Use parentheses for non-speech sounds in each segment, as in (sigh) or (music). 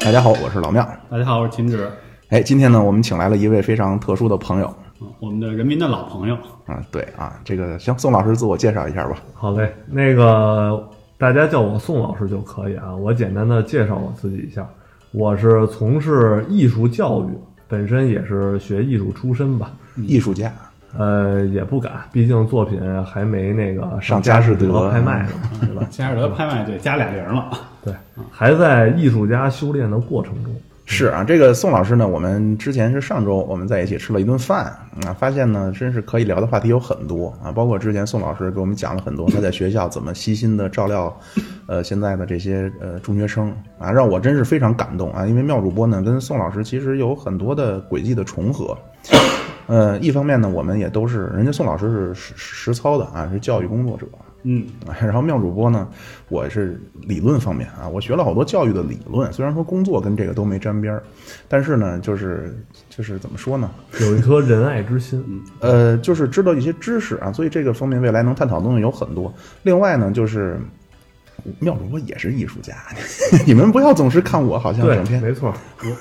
大家好，我是老庙。大家好，我是秦直，哎，今天呢，我们请来了一位非常特殊的朋友嗯我们的人民的老朋友。啊，对啊，这个行，宋老师自我介绍一下吧。好嘞，那个大家叫我宋老师就可以啊。我简单的介绍我自己一下，我是从事艺术教育，本身也是学艺术出身吧。艺术家，呃，也不敢，毕竟作品还没那个上佳佳士士得拍卖呢，对吧？佳士得拍卖嗯对加俩零了，对，还在艺术家修炼的过程中。是啊，这个宋老师呢，我们之前是上周我们在一起吃了一顿饭啊，发现呢，真是可以聊的话题有很多啊，包括之前宋老师给我们讲了很多他在学校怎么悉心的照料，呃，现在的这些呃中学生啊，让我真是非常感动啊，因为妙主播呢跟宋老师其实有很多的轨迹的重合。呃，一方面呢，我们也都是人家宋老师是实实操的啊，是教育工作者，嗯， (laughs) 然后妙主播呢，我是理论方面啊，我学了好多教育的理论，虽然说工作跟这个都没沾边儿，但是呢，就是就是怎么说呢，有一颗仁爱之心，呃，就是知道一些知识啊，所以这个方面未来能探讨的东西有很多。另外呢，就是妙主播也是艺术家， (laughs) 你们不要总是看我好像整对，天没错，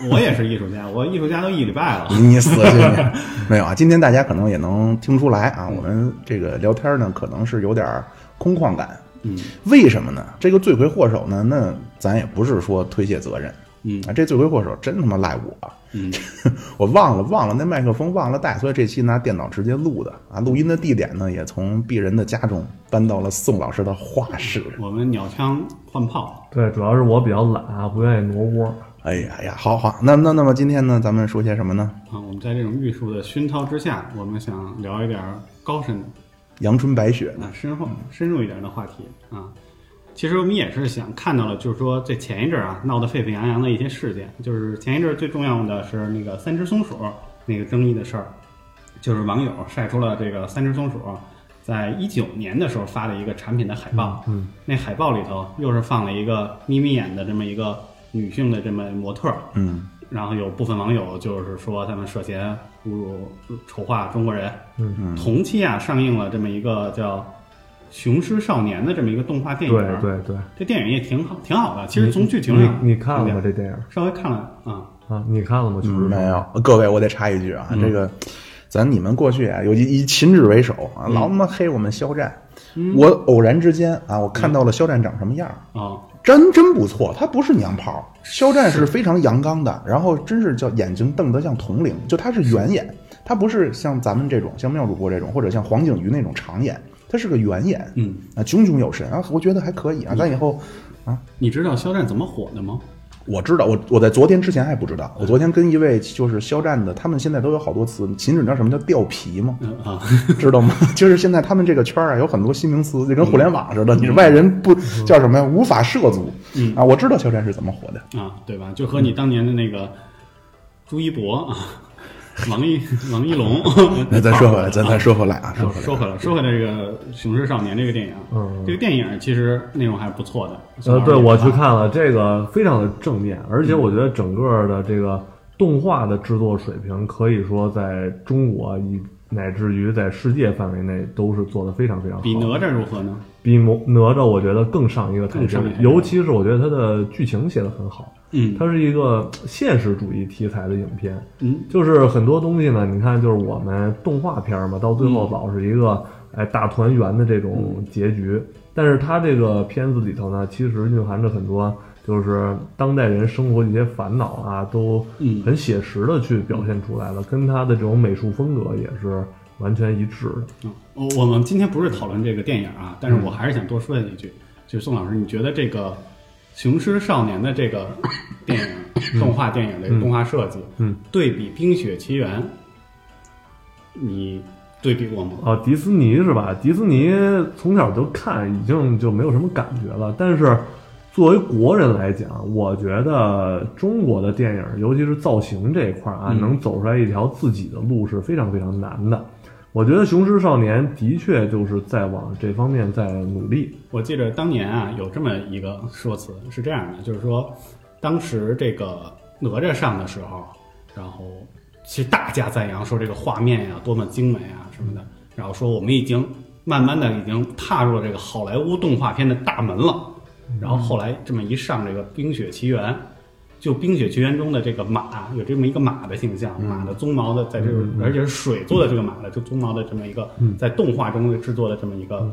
我我也是艺术家，我艺术家都一礼拜了。你死去你！ (laughs) 没有啊，今天大家可能也能听出来啊，我们这个聊天呢，可能是有点儿空旷感。嗯为什么呢？这个罪魁祸首呢，那咱也不是说推卸责任嗯啊，这罪魁祸首真他妈赖我，嗯， (laughs) 我忘了忘了那麦克风忘了带，所以这期拿电脑直接录的啊。录音的地点呢，也从鄙人的家中搬到了宋老师的画室。我们鸟枪换炮，对，主要是我比较懒啊，不愿意挪窝。哎呀呀，好好，那那那么今天呢，咱们说些什么呢？啊，我们在这种艺术的熏陶之下，我们想聊一点儿高深的、阳春白雪呢？啊深厚、深入一点的话题啊。其实我们也是想看到了，就是说这前一阵儿啊闹得沸沸扬扬的一些事件，就是前一阵儿最重要的是那个三只松鼠那个争议的事儿，就是网友晒出了这个三只松鼠在一九年的时候发的一个产品的海报，嗯，那海报里头又是放了一个眯眯眼的这么一个女性的这么模特儿，嗯，然后有部分网友就是说他们涉嫌侮辱、丑化中国人。嗯，同期啊上映了这么一个叫《雄狮少年》的这么一个动画电影。对，对对，这电影也挺好，挺好的。其实从剧情上，你你看了吗？有点这电影稍微看了啊，啊？你看了吗？就是没有。各位，我得插一句啊，这个咱你们过去啊，尤其以秦志为首啊，老他妈黑我们肖战。我偶然之间啊，我看到了肖战长什么样儿。啊，真真不错，他不是娘炮儿，肖战是非常阳刚的，然后真是叫眼睛瞪得像铜铃，就他是圆眼，他不是像咱们这种像妙主播这种，或者像黄景瑜那种长眼，他是个圆眼，嗯啊，炯炯有神啊，我觉得还可以啊，咱以后啊，你知道肖战怎么火的吗？我知道，我我在昨天之前还不知道，我昨天跟一位就是肖战的，他们现在都有好多词，秦止你知道什么叫掉皮 (laughs) 吗？嗯啊，知道吗？ (laughs) 就是现在他们这个圈儿啊，有很多新名词，就跟互联网似的，你外人不叫什么呀，无法涉足。啊，我知道肖战是怎么火的。，啊，对吧？就和你当年的那个朱一博啊，王一王一 (laughs) 龙那咱说回来，咱咱说回来啊，说说回来。说回来，说回来这个《雄狮少年》这个电影，啊嗯这个电影其实内容还是不错的。呃，对，宋我老师去也看了，这个非常的正面，而且我嗯觉得整个的这个动画的制作水平，可以说在中国以乃至于在世界范围内都是做的非常非常好。比哪吒如何呢？比哪哪吒，我觉得更上一个台更阶上一个台，阶尤其是我觉得它的剧情写的很好，嗯它是一个现实主义题材的影片，嗯就是很多东西呢，你看，就是我们动画片儿嘛，到最后老是一个、哎大团圆的这种结局。但是它这个片子里头呢，其实蕴含着很多就是当代人生活的一些烦恼啊，都嗯很写实的去表现出来了，跟它的这种美术风格也是完全一致的。嗯，我我们今天不是讨论这个电影啊，但是嗯我还是想多说一句，就是宋老师，你觉得这个《雄狮少年》的这个电 (coughs) 影动画电影的动画设计，嗯，对比《冰雪奇缘》，你对比过吗？啊，迪士尼是吧？迪士尼从小就看，已经就没有什么感觉了。但是作为国人来讲，我觉得中国的电影，尤其是造型这一块儿啊，能走出来一条自己的路是非常非常难的。我觉得《雄狮少年》的确就是在往这方面在努力。我记得当年啊，有这么一个说辞是这样的，就是说，当时这个哪吒上的时候，然后其实大家赞扬说这个画面呀、多么精美啊什么的，然后说我们已经慢慢的已经踏入了这个好莱坞动画片的大门了。然后后来这么一上这个《冰雪奇缘》，就《冰雪奇缘》中的这个马有这么一个马的形象，嗯马的鬃毛的在这个，而且是水做的这个马的，就鬃毛的这么一个，嗯在动画中制作的这么一个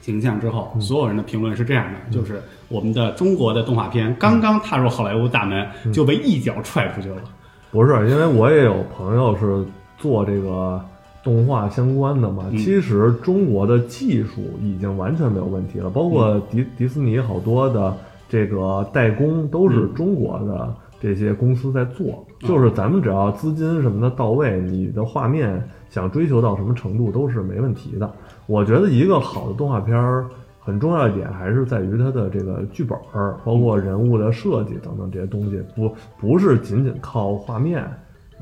形象之嗯后，所有人的评论是这样的，就是我们的中国的动画片嗯刚刚踏入好莱坞大门就被一脚踹出去了。不是，因为我也有朋友是做这个动画相关的嘛。其实中国的技术已经完全没有问题了，包括迪、迪士尼好多的这个代工都是中国的这些公司在做。就是咱们只要资金什么的到位，你的画面想追求到什么程度都是没问题的。我觉得一个好的动画片儿。很重要一点还是在于它的这个剧本儿，包括人物的设计等等这些东西，不不是仅仅靠画面，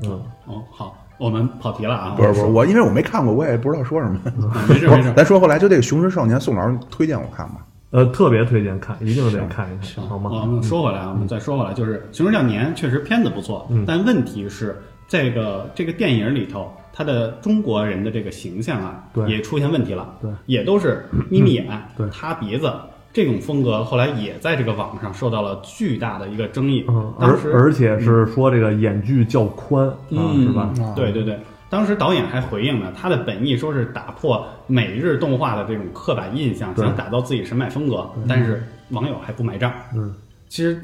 嗯，哦，好，我们跑题了啊，不是不是我，因为我没看过，我也不知道说什么。啊没事不没是事，咱说回来，就这个《雄狮少年》，宋老师推荐我看吗？呃，特别推荐看，一定得看一是看，好我吗？们说回来啊，我们再说回来，就是《熊出少年》确实片子不错，嗯但问题是这个这个电影里头，他的中国人的这个形象啊，对也出现问题了，对，嗯也都是眯眯眼、(laughs) 对塌鼻子这种风格，后来也在这个网上受到了巨大的一个争议。嗯，而当时而且是说这个眼距较宽啊，嗯，是吧？啊对对对，当时导演还回应呢，他的本意说是打破美日动画的这种刻板印象，对想打造自己审美风格，但是网友还不买账。嗯，其实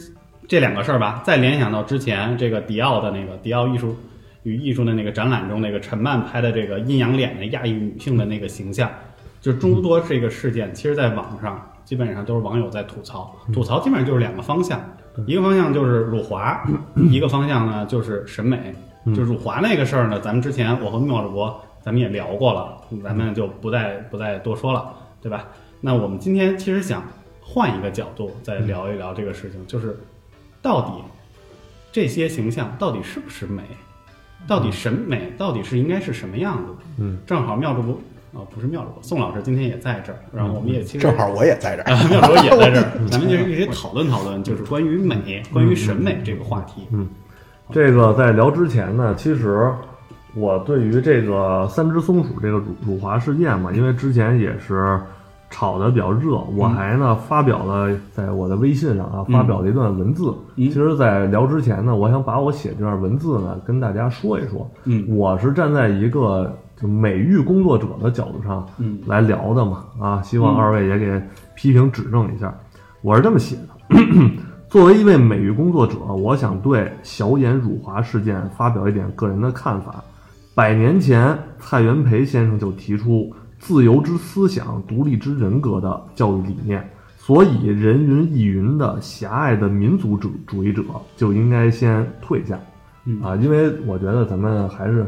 这两个事儿吧，再联想到之前这个迪奥的那个迪奥艺术与艺术的那个展览中，那个陈曼拍的这个阴阳脸的亚裔女性的那个形象，就诸多这个事件，其实在网上基本上都是网友在吐槽，吐槽基本上就是两个方向，一个方向就是辱华，一个方向呢就是审美。就辱华那个事儿呢，咱们之前我和妙主播咱们也聊过了，咱们就不再不再多说了，对吧？那我们今天其实想换一个角度再聊一聊这个事情，就是到底这些形象到底是不是美，到底审美到底是应该是什么样子？嗯，正好妙主播啊、不是妙主播，宋老师今天也在这儿，然后我们也其实正好我也在这儿。啊， (laughs) 妙主播也在这儿，咱们就是一起讨论讨论，就是关于美、关于审美这个话题。这个在聊之前呢，其实我对于这个三只松鼠这个辱辱华事件嘛，因为之前也是炒得比较热，我嗯还呢发表了在我的微信上啊发表了一段文字。嗯其实，在聊之前呢，我想把我写这段文字呢跟大家说一说。嗯我是站在一个就美育工作者的角度上嗯来聊的嘛，啊，希望二位也给批评指正一下。我是这么写的。作为一位美育工作者，我想对小眼辱华事件发表一点个人的看法。百年前，蔡元培先生就提出自由之思想、独立之人格的教育理念，所以人云亦云的狭隘的民族主主义者就应该先退下。嗯啊，因为我觉得咱们还是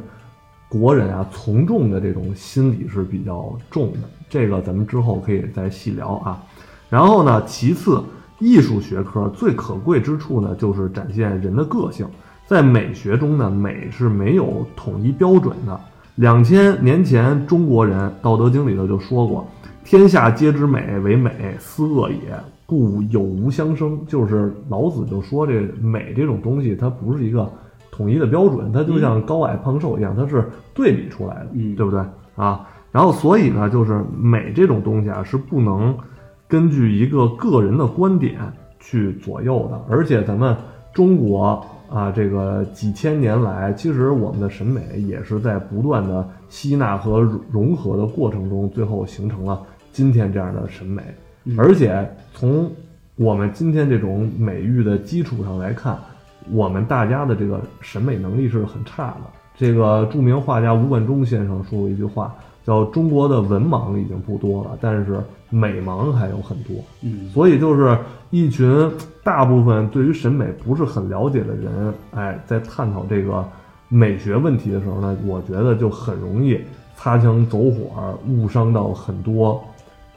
国人啊，从众的这种心理是比较重的，这个咱们之后可以再细聊啊。然后呢，其次，艺术学科最可贵之处呢，就是展现人的个性。在美学中呢，美是没有统一标准的。两千年前，中国人《道德经》里头就说过：“天下皆知美为美，斯恶也，故有无相生。”就是老子就说这美这种东西，它不是一个统一的标准，它就像高矮胖瘦一样，它是对比出来的，嗯对不对啊？然后所以呢，就是美这种东西啊，是不能根据一个个人的观点去左右的。而且咱们中国啊，这个几千年来，其实我们的审美也是在不断的吸纳和融合的过程中，最后形成了今天这样的审美。而且从我们今天这种美育的基础上来看，我们大家的这个审美能力是很差的。这个著名画家吴冠中先生说过一句话，叫“中国的文盲已经不多了，但是美盲还有很多”。嗯所以就是一群大部分对于审美不是很了解的人，哎，在探讨这个美学问题的时候呢，我觉得就很容易擦枪走火，误伤到很多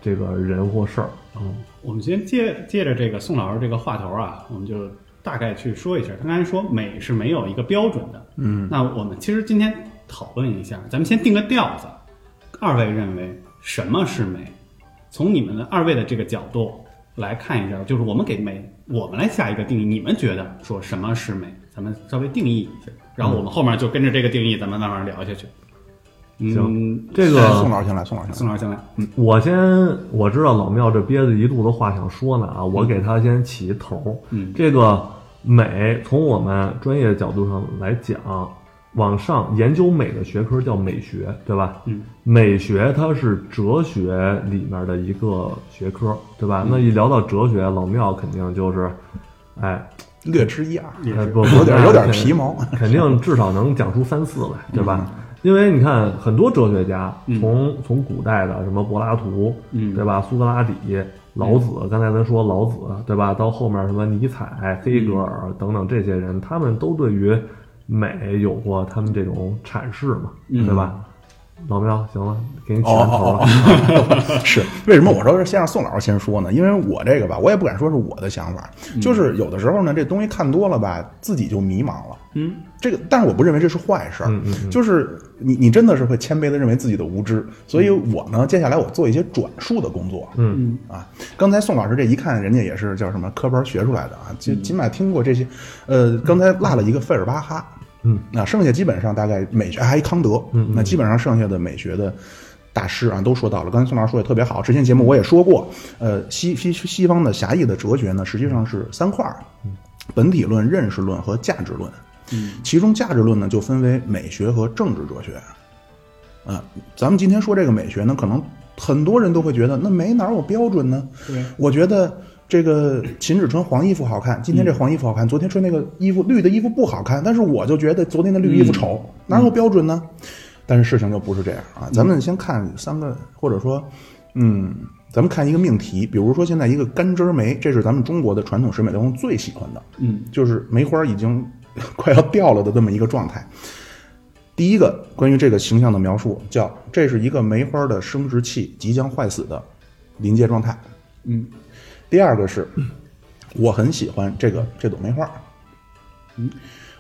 这个人或事儿。嗯，我们先接接着这个宋老师这个话头啊，我们就大概去说一下。他刚才说美是没有一个标准的，嗯，那我们其实今天讨论一下，咱们先定个调子。二位认为什么是美？从你们的二位的这个角度来看一下，就是我们给美，我们来下一个定义。你们觉得说什么是美？咱们稍微定义一下，然后我们后面就跟着这个定义，咱们慢慢聊下去。嗯，这个哎宋老师先来，宋老师先宋来。老师先来，我先我知道老庙这憋着一肚子话想说呢啊，我给他先起一头。嗯这个美从我们专业角度上来讲，往上研究美的学科叫美学，对吧？嗯，美学它是哲学里面的一个学科，嗯对吧？那一聊到哲学，老庙肯定就是，哎，略知一二，也哎是，不有点那有点肯皮毛。 (laughs) 肯定至少能讲出三四来，嗯对吧？因为你看很多哲学家，从从古代的什么柏拉图，嗯对吧？苏格拉底、老子，嗯刚才咱说老子，对吧？到后面什么尼采、黑格尔嗯等等这些人，他们都对于美有过他们这种阐释嘛，对吧？老苗，行了，给你起完头了。嗯哦 (laughs) 是为什么我说是先让宋老师先说呢？因为我这个吧，我也不敢说是我的想法，嗯就是有的时候呢，这东西看多了吧，自己就迷茫了。嗯，这个，但是我不认为这是坏事儿，嗯嗯就是你你真的是会谦卑的认为自己的无知，所以我呢，接下来我做一些转述的工作，嗯啊，刚才宋老师这一看，人家也是叫什么科班学出来的啊，嗯起起码听过这些，呃，刚才落了一个费尔巴哈，嗯，那剩下基本上大概美学还有一康德，嗯嗯那基本上剩下的美学的。大师啊，都说到了。刚才宋老师说也特别好，之前节目我也说过，呃，西西西方的狭义的哲学呢，实际上是三块儿：本体论、认识论和价值论。其中价值论呢就分为美学和政治哲学。啊，咱们今天说这个美学呢，可能很多人都会觉得那美哪有标准呢？对，我觉得这个秦始穿黄衣服好看，今天这黄衣服好看，昨天穿那个衣服绿的衣服不好看，但是我就觉得昨天的绿衣服丑，哪有标准呢？但是事情就不是这样啊。咱们先看三个，或者说，嗯，咱们看一个命题，比如说现在一个干枝儿梅，这是咱们中国的传统审美当中最喜欢的，嗯就是梅花已经 (laughs) 快要掉了的这么一个状态。第一个关于这个形象的描述叫：这是一个梅花的生殖器即将坏死的临界状态。嗯第二个是，我很喜欢这个这朵梅花。嗯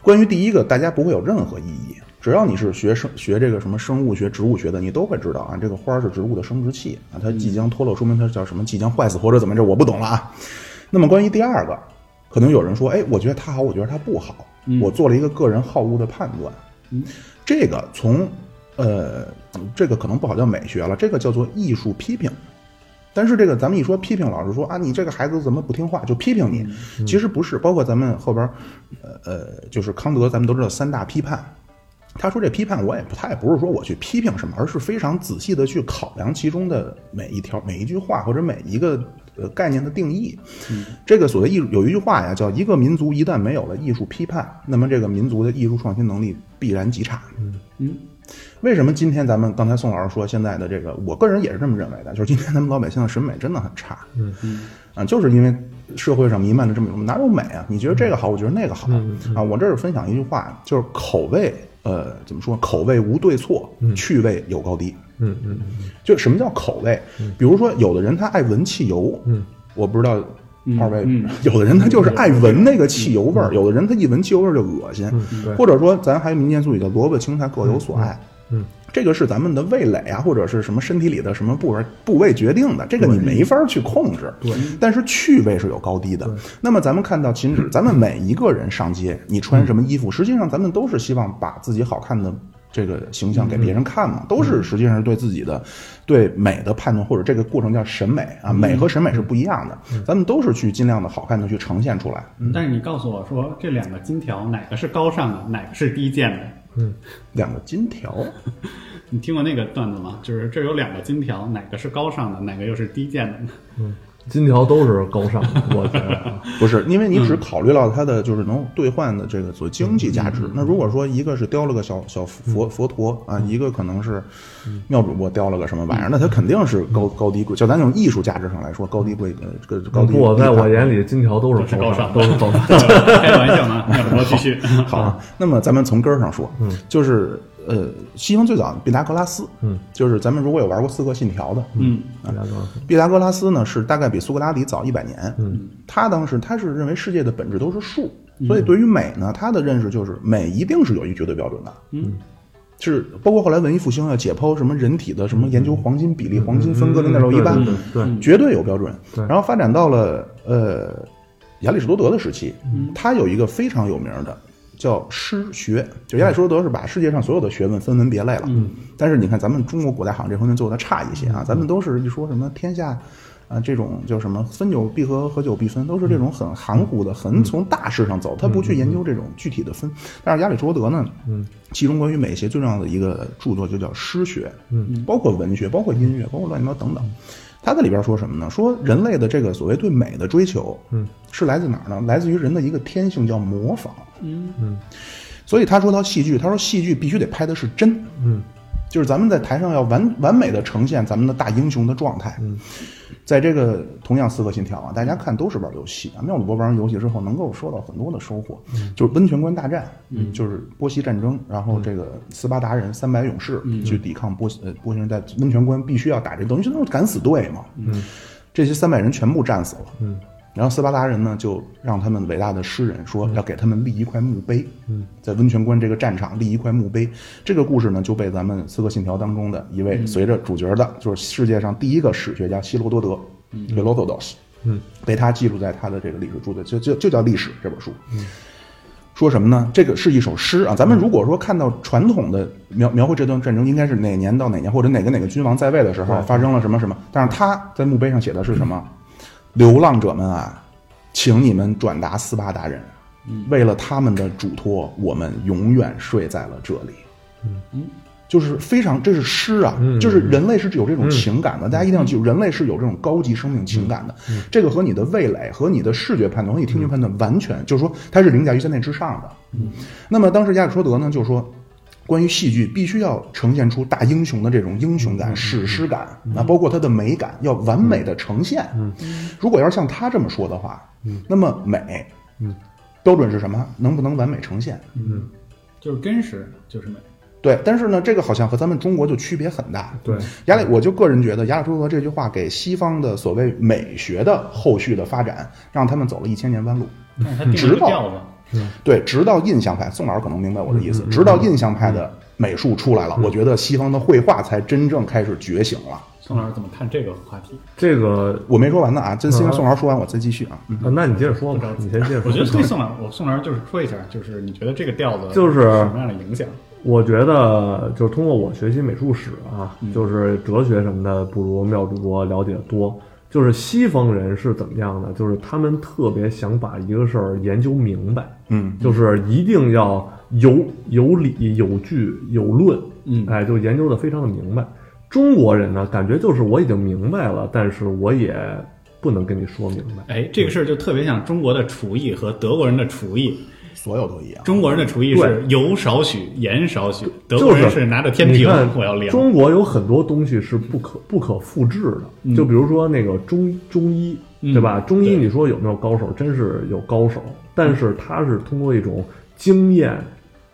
关于第一个，大家不会有任何异议，只要你是学生学这个什么生物学、植物学的，你都会知道啊，这个花儿是植物的生殖器啊，它即将脱落，说明它叫什么即将坏死或者怎么着，我不懂了啊。那么关于第二个，可能有人说，哎，我觉得它好，我觉得它不好，我做了一个个人好恶的判断。这个从呃，这个可能不好叫美学了，这个叫做艺术批评。但是这个咱们一说批评，老师说啊，你这个孩子怎么不听话，就批评你。其实不是，包括咱们后边，呃呃，就是康德，咱们都知道三大批判。他说这批判，我也不，他也不是说我去批评什么，而是非常仔细的去考量其中的每一条、每一句话或者每一个呃概念的定义。这个所谓艺术，有一句话呀，叫一个民族一旦没有了艺术批判，那么这个民族的艺术创新能力必然极差。嗯为什么今天咱们刚才宋老师说现在的这个，我个人也是这么认为的，就是今天咱们老百姓的审美真的很差，嗯嗯，啊，就是因为社会上弥漫着这么一种哪有美啊？你觉得这个好，我觉得那个好，嗯啊，我这儿分享一句话，就是口味，呃，怎么说？口味无对错，趣味有高低。嗯嗯就什么叫口味？比如说，有的人他爱闻汽油，嗯，我不知道嗯二位嗯，有的人他就是爱闻那个汽油味儿，有的人他一闻汽油味儿就恶心，嗯，对，或者说咱还有民间俗语叫萝卜青菜各有所爱，嗯嗯这个是咱们的味蕾啊，或者是什么身体里的什么部位部位决定的，这个你没法去控制。对，但是趣味是有高低的。那么咱们看到秦始，咱们每一个人上街，你穿什么嗯衣服，实际上咱们都是希望把自己好看的。这个形象给别人看嗯嘛，都是实际上是对自己的对美的判断，或者这个过程叫审美啊，嗯美和审美是不一样的。咱们都是去尽量的好看的去呈现出来。但是你告诉我说这两个金条哪个是高尚的，哪个是低贱的？两个金条，你听过那个段子吗？就是这有两个金条，哪个是高尚的，哪个又是低贱的？金条都是高尚的，我觉得啊。不是，因为你只考虑到它的就是能兑换的这个所经济价值。嗯那如果说一个是雕了个小小佛佛陀啊，一个可能是嗯妙主播雕了个什么玩意儿，那它肯定是高高低贵。就咱这种艺术价值上来说，高低贵呃这个高低。不，在嗯我眼里，金条都都是是高高尚都是高尚。开玩笑呢， (laughs) 要不我继续。好啊，那么咱们从根儿上说，嗯就是呃，西方最早的毕达哥拉斯，嗯，就是咱们如果有玩过《刺客信条》的，嗯大家都毕达哥拉斯呢是大概比苏格拉底早一百年，嗯，他当时他是认为世界的本质都是数，所以对于美呢，他的认识就是美一定是有一绝对标准的，嗯，是包括后来文艺复兴啊解剖什么人体的什么研究黄金比例、黄金分割零点六一八，嗯对，绝对有标准。对然后嗯发展到了呃亚里士多德的时期，他有一个非常有名的叫诗学，就亚里士多德是把世界上所有的学问分门别类了。嗯，但是你看咱们中国古代好像这方面做的差一些啊，咱们都是一说什么天下。啊，这种叫什么分久必合，合久必分，都是这种很含糊的，很从大势上走，他不去研究这种具体的分。但是亚里士多德呢，嗯，其中关于美学最重要的一个著作就叫诗学，嗯，包括文学，包括音乐，包括乱七八糟等等。他在里边说什么呢？说人类的这个所谓对美的追求，嗯，是来自哪儿呢？来自于人的一个天性叫模仿，嗯嗯。所以他说到戏剧，他说戏剧必须得拍的是真，嗯。就是咱们在台上要完完美的呈现咱们的大英雄的状态，在这个同样《刺客信条》啊，大家看都是玩游戏啊。妙鲁伯玩完游戏之后，能够收到很多的收获，就是温泉关大战，就是波西战争，然后这个斯巴达人三百勇士去抵抗波呃波西人在温泉关必须要打这，等于是那种敢死队嘛。这些三百人全部战死了，然后斯巴达人呢，就让他们伟大的诗人说要给他们立一块墓碑，嗯，在温泉关这个战场立一块墓碑。这个故事呢，就被咱们《刺客信条》当中的一位随着主角的，就是世界上第一个史学家希罗多德，嗯 h e r o d o s 嗯，被他记录在他的这个历史著作，就就就叫《历史》这本书。说什么呢？这个是一首诗啊。咱们如果说看到传统的描描绘这段战争，应该是哪年到哪年，或者哪个哪个君王在位的时候发生了什么什么。但是他在墓碑上写的是什么？流浪者们啊，请你们转达斯巴达人，为了他们的嘱托，我们永远睡在了这里。就是非常，这是诗啊，就是人类是有这种情感的，大家一定要记住，人类是有这种高级生命情感的。这个和你的味蕾、和你的视觉判断、和你听觉判断完全，就是说它是凌驾于在那之上的。那么当时亚里士多德呢，就说。关于戏剧，必须要呈现出大英雄的这种英雄感、史诗感啊，包括它的美感，要完美的呈现。如果要是像他这么说的话，那么美，嗯标准是什么？能不能完美呈现？就是真实，就是美。对，但是呢，这个好像和咱们中国就区别很大。对，亚里，我就个人觉得亚里士多德这句话给西方的所谓美学的后续的发展，让他们走了一千年弯路。但是它定直了个到调子，对，直到印象派，宋老师可能明白我的意思，直到印象派的美术出来了，我觉得西方的绘画才真正开始觉醒了。宋老师怎么看这个话题？这个我没说完呢啊，这先让宋老师说完，我再继续啊。啊，那你接着说吧，你先接着说。我觉得对宋老，我宋老师就是说一下，就是你觉得这个调子就是什么样的影响？我觉得就是通过我学习美术史啊，嗯就是哲学什么的，不如妙主播了解多。就是西方人是怎么样的？就是他们特别想把一个事儿研究明白，嗯，就是一定要有有理有据有论，嗯哎，就研究的非常的明白。中国人呢，感觉就是我已经明白了，但是我也不能跟你说明白。哎，这个事儿就特别像中国的厨艺和德国人的厨艺。所有都一样，中国人的厨艺是油少许，盐少许；德国人是拿着天你平看，，我要量。中国有很多东西是不可不可复制的，嗯就比如说那个中中医，对吧？中医你说有没有高手？真是有高手，但是他是通过一种经验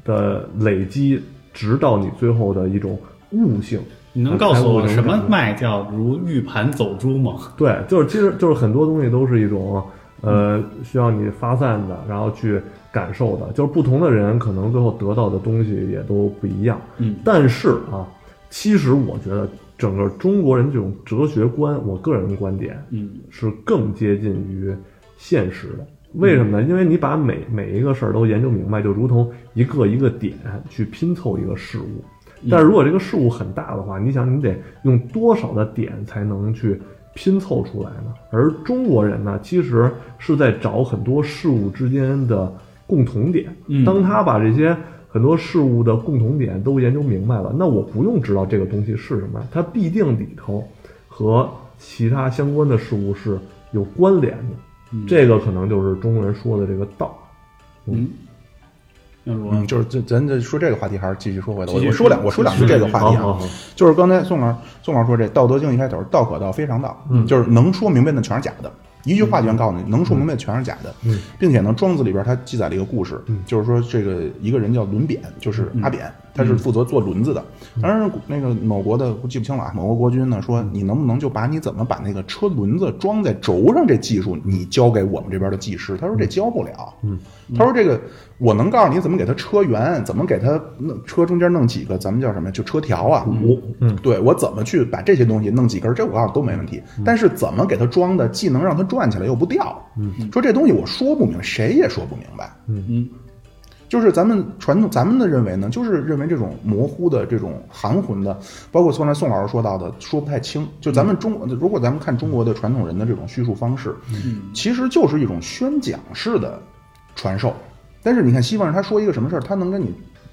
的累积，直到你最后的一种悟性。你能告哎诉我才悟什么能干麦叫如玉盘走珠吗？对，就是其实就是很多东西都是一种呃需要你发散的，然后去感受的，就是不同的人可能最后得到的东西也都不一样。嗯，但是啊，其实我觉得整个中国人这种哲学观，我个人观点，嗯，是更接近于现实的。为什么呢？因为你把每每一个事儿都研究明白，就如同一个一个点去拼凑一个事物。但是如果这个事物很大的话，你想你得用多少的点才能去拼凑出来呢？而中国人呢，其实是在找很多事物之间的共同点。当他把这些很多事物的共同点都研究明白了，那我不用知道这个东西是什么，它必定里头和其他相关的事物是有关联的。这个可能就是中国人说的这个道。要如嗯，就是这咱这说这个话题，还是继续说回来。我继续我说两我说两句这个话好题好啊，好，就是刚才宋老师宋老师说这《道德经》一开头“道可道，非常道”，就是能说明白的全是假的。一句话就能告诉你，能说明白的全是假的，并且呢，《庄子》里边他记载了一个故事，就是说这个一个人叫轮扁，就是阿扁，他是负责做轮子的。当然，那个某国的我记不清了啊，某国国君呢说，你能不能就把你怎么把那个车轮子装在轴上这技术，你教给我们这边的技师？他说这教不了，他说这个我能告诉你怎么给它车圆，怎么给它弄车中间弄几个咱们叫什么呀就车条啊，我对我怎么去把这些东西弄几根儿，这我告诉你都没问题。但是怎么给它装的，既能让它转起来又不掉，说这东西我说不明，谁也说不明白。嗯，就是咱们传统咱们的认为呢，就是认为这种模糊的、这种含混的，包括刚才宋老师说到的，说不太清。就咱们中，如果咱们看中国的传统人的这种叙述方式，嗯其实就是一种宣讲式的传授。但是你看西方人，他说一个什么事儿，他能跟你。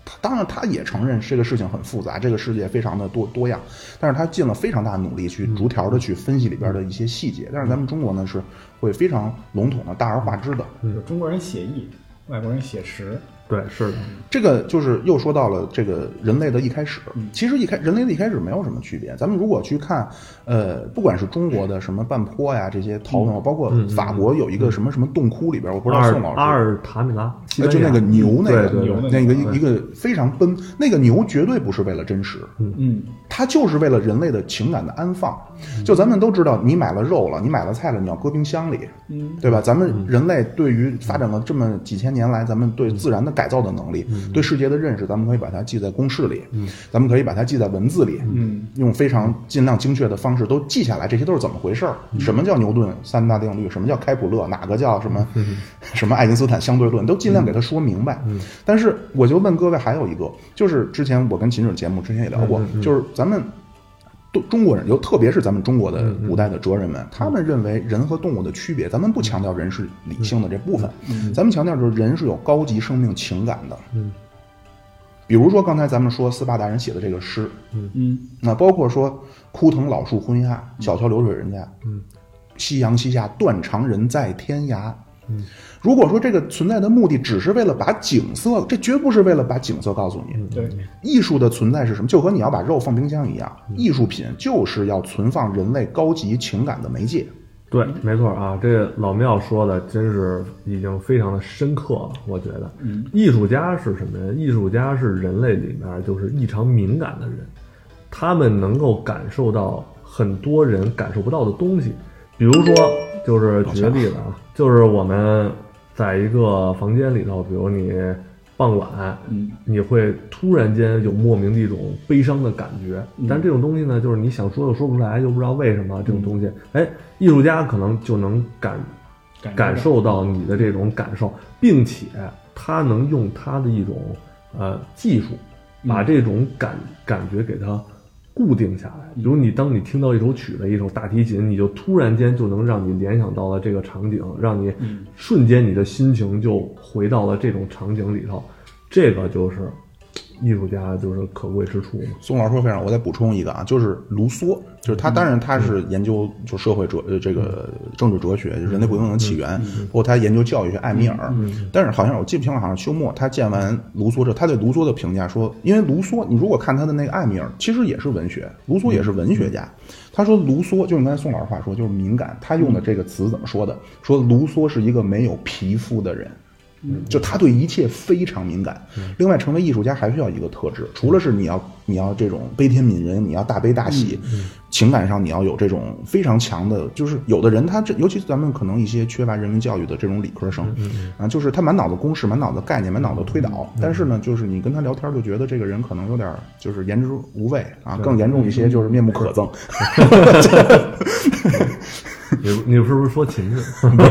他当然，他也承认这个事情很复杂，这个世界非常的多多样，但是他尽了非常大的努力去逐条的去分析里边的一些细节。但是咱们中国呢，是会非常笼统的、大而化之的。就是中国人写意，外国人写实。对，是的，这个就是又说到了这个人类的一开始。其实一开人类的一开始没有什么区别。咱们如果去看，呃，不管是中国的什么半坡呀这些陶文，包括法国有一个什么什么洞窟里边，我不知阿道尔宋老师阿尔塔米拉，西呃班就那牙嗯个牛那个对对对牛那个一对一个非常奔那个牛绝对不是为了真实，嗯，它就是为了人类的情感的安放。就咱们都知道，你买了肉了，你买了菜了，你要搁冰箱里，嗯，对吧？咱们人类对于发展了这么几千年来，咱们对自然的改造的能力，嗯对世界的认识，咱们可以把它记在公式里，咱们可以把它记在文字里，嗯，用非常尽量精确的方式都记下来，这些都是怎么回事儿？什么叫牛顿三大定律？什么叫开普勒？哪个叫什么？什么爱因斯坦相对论？都尽量给他说明白。但是我就问各位，还有一个，就是之前我跟秦始节目之前也聊过，就是咱们。都中国人，尤特别是咱们中国的古代的哲人们，他们认为人和动物的区别，咱们不强调人是理性的这部分，咱们强调就是人是有高级生命情感的。嗯，比如说刚才咱们说斯巴达人写的这个诗，嗯那包括说枯藤老树昏鸦，小桥流水人家，嗯，夕阳西下，断肠人在天涯。嗯，如果说这个存在的目的只是为了把景色，这绝不是为了把景色告诉你。对，艺术的存在是什么？就和你要把肉放冰箱一样，艺术品就是要存放人类高级情感的媒介。对，没错啊，这老庙说的真是已经非常的深刻了，我觉得。嗯艺术家是什么呀？艺术家是人类里面就是异常敏感的人，他们能够感受到很多人感受不到的东西。比如说，就是举个例子啊，就是我们在一个房间里头，比如你傍晚，嗯你会突然间有莫名的一种悲伤的感觉，但这种东西呢，就是你想说又说不出来，又不知道为什么这种东西，哎，艺术家可能就能感感受受到你的这种感受，并且他能用他的一种呃技术，把这种感感觉给它固定下来。比如你当你听到一首曲子，一首大提琴，你就突然间就能让你联想到了这个场景，让你瞬间你的心情就回到了这种场景里头。这个就是艺术家就是可贵之处嘛。宋老师说非常，我再补充一个啊，就是卢梭，就是他，当然他是研究就社会哲呃这个政治哲学，就是人类不平等的起源，包括他研究教育学，艾米尔，但是好像我记不清了，好像休谟他见完卢梭之后，他对卢梭的评价说，因为卢梭，你如果看他的那个艾米尔，其实也是文学，卢梭也是文学家，他说卢梭就是刚才宋老师话说就是敏感，他用的这个词怎么说的？说卢梭是一个没有皮肤的人。就他对一切非常敏感。另外，成为艺术家还需要一个特质，除了是你要你要这种悲天悯人，你要大悲大喜，情感上你要有这种非常强的，就是有的人他这，尤其咱们可能一些缺乏人文教育的这种理科生啊，就是他满脑子公式，满脑子概念，满脑子推导，但是呢，就是你跟他聊天就觉得这个人可能有点儿就是言之无味啊，更严重一些就是面目可憎。你你是不是说琴去？秦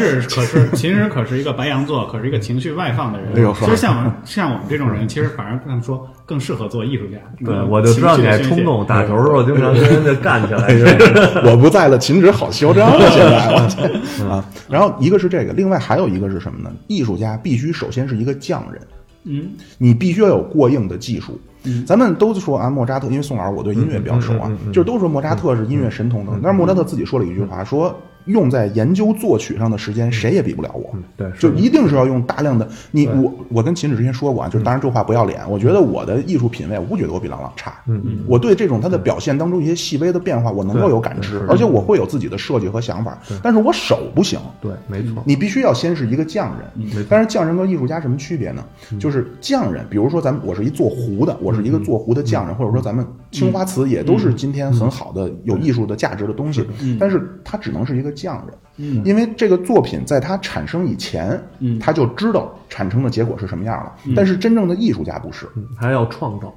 始可 (laughs) 是秦始可是一个白羊座，可是一个情绪外放的 (laughs) 人。哎呦其实像我们像我们这种人，其实反而他们说更适合做艺术家。对，嗯我就知道 (laughs) 你爱冲。动，打球的时候经常跟人家干 (laughs) 起来。是吧 (laughs) 我不在了，秦纸好嚣张啊！现在我操啊，然后一个是这个，另外还有一个是什么呢？艺术家必须首先是一个匠人，情绪这些嗯，你必须要有过硬的技术。咱们都说啊，莫扎特，因为宋老师我对音乐比较熟啊，就是都说莫扎特是音乐神童等，但是莫扎特自己说了一句话，说用在研究作曲上的时间，谁也比不了我。嗯对，是就的一定是要用大量的你我我跟秦止之前说过啊，就是当然这话不要脸，我觉得我的艺术品味，我不觉得我比郎朗差，嗯嗯，我对这种它的表现当中一些细微的变化，我能够有感知，而且我会有自己的设计和想法，但是我手不行，对，没错。你必须要先是一个匠人。但是匠人跟艺术家什么区别呢？就是匠人，比如说咱们我是一做壶的，我是一个做壶的匠人，或者说咱们青花瓷也都是今天很好的有艺术的价值的嗯东西，但嗯是它只能是一个匠人，因为这个作品在它产生以前，他嗯就知道产生的结果是什么样了。但是真正的艺术家不是，嗯还要创造，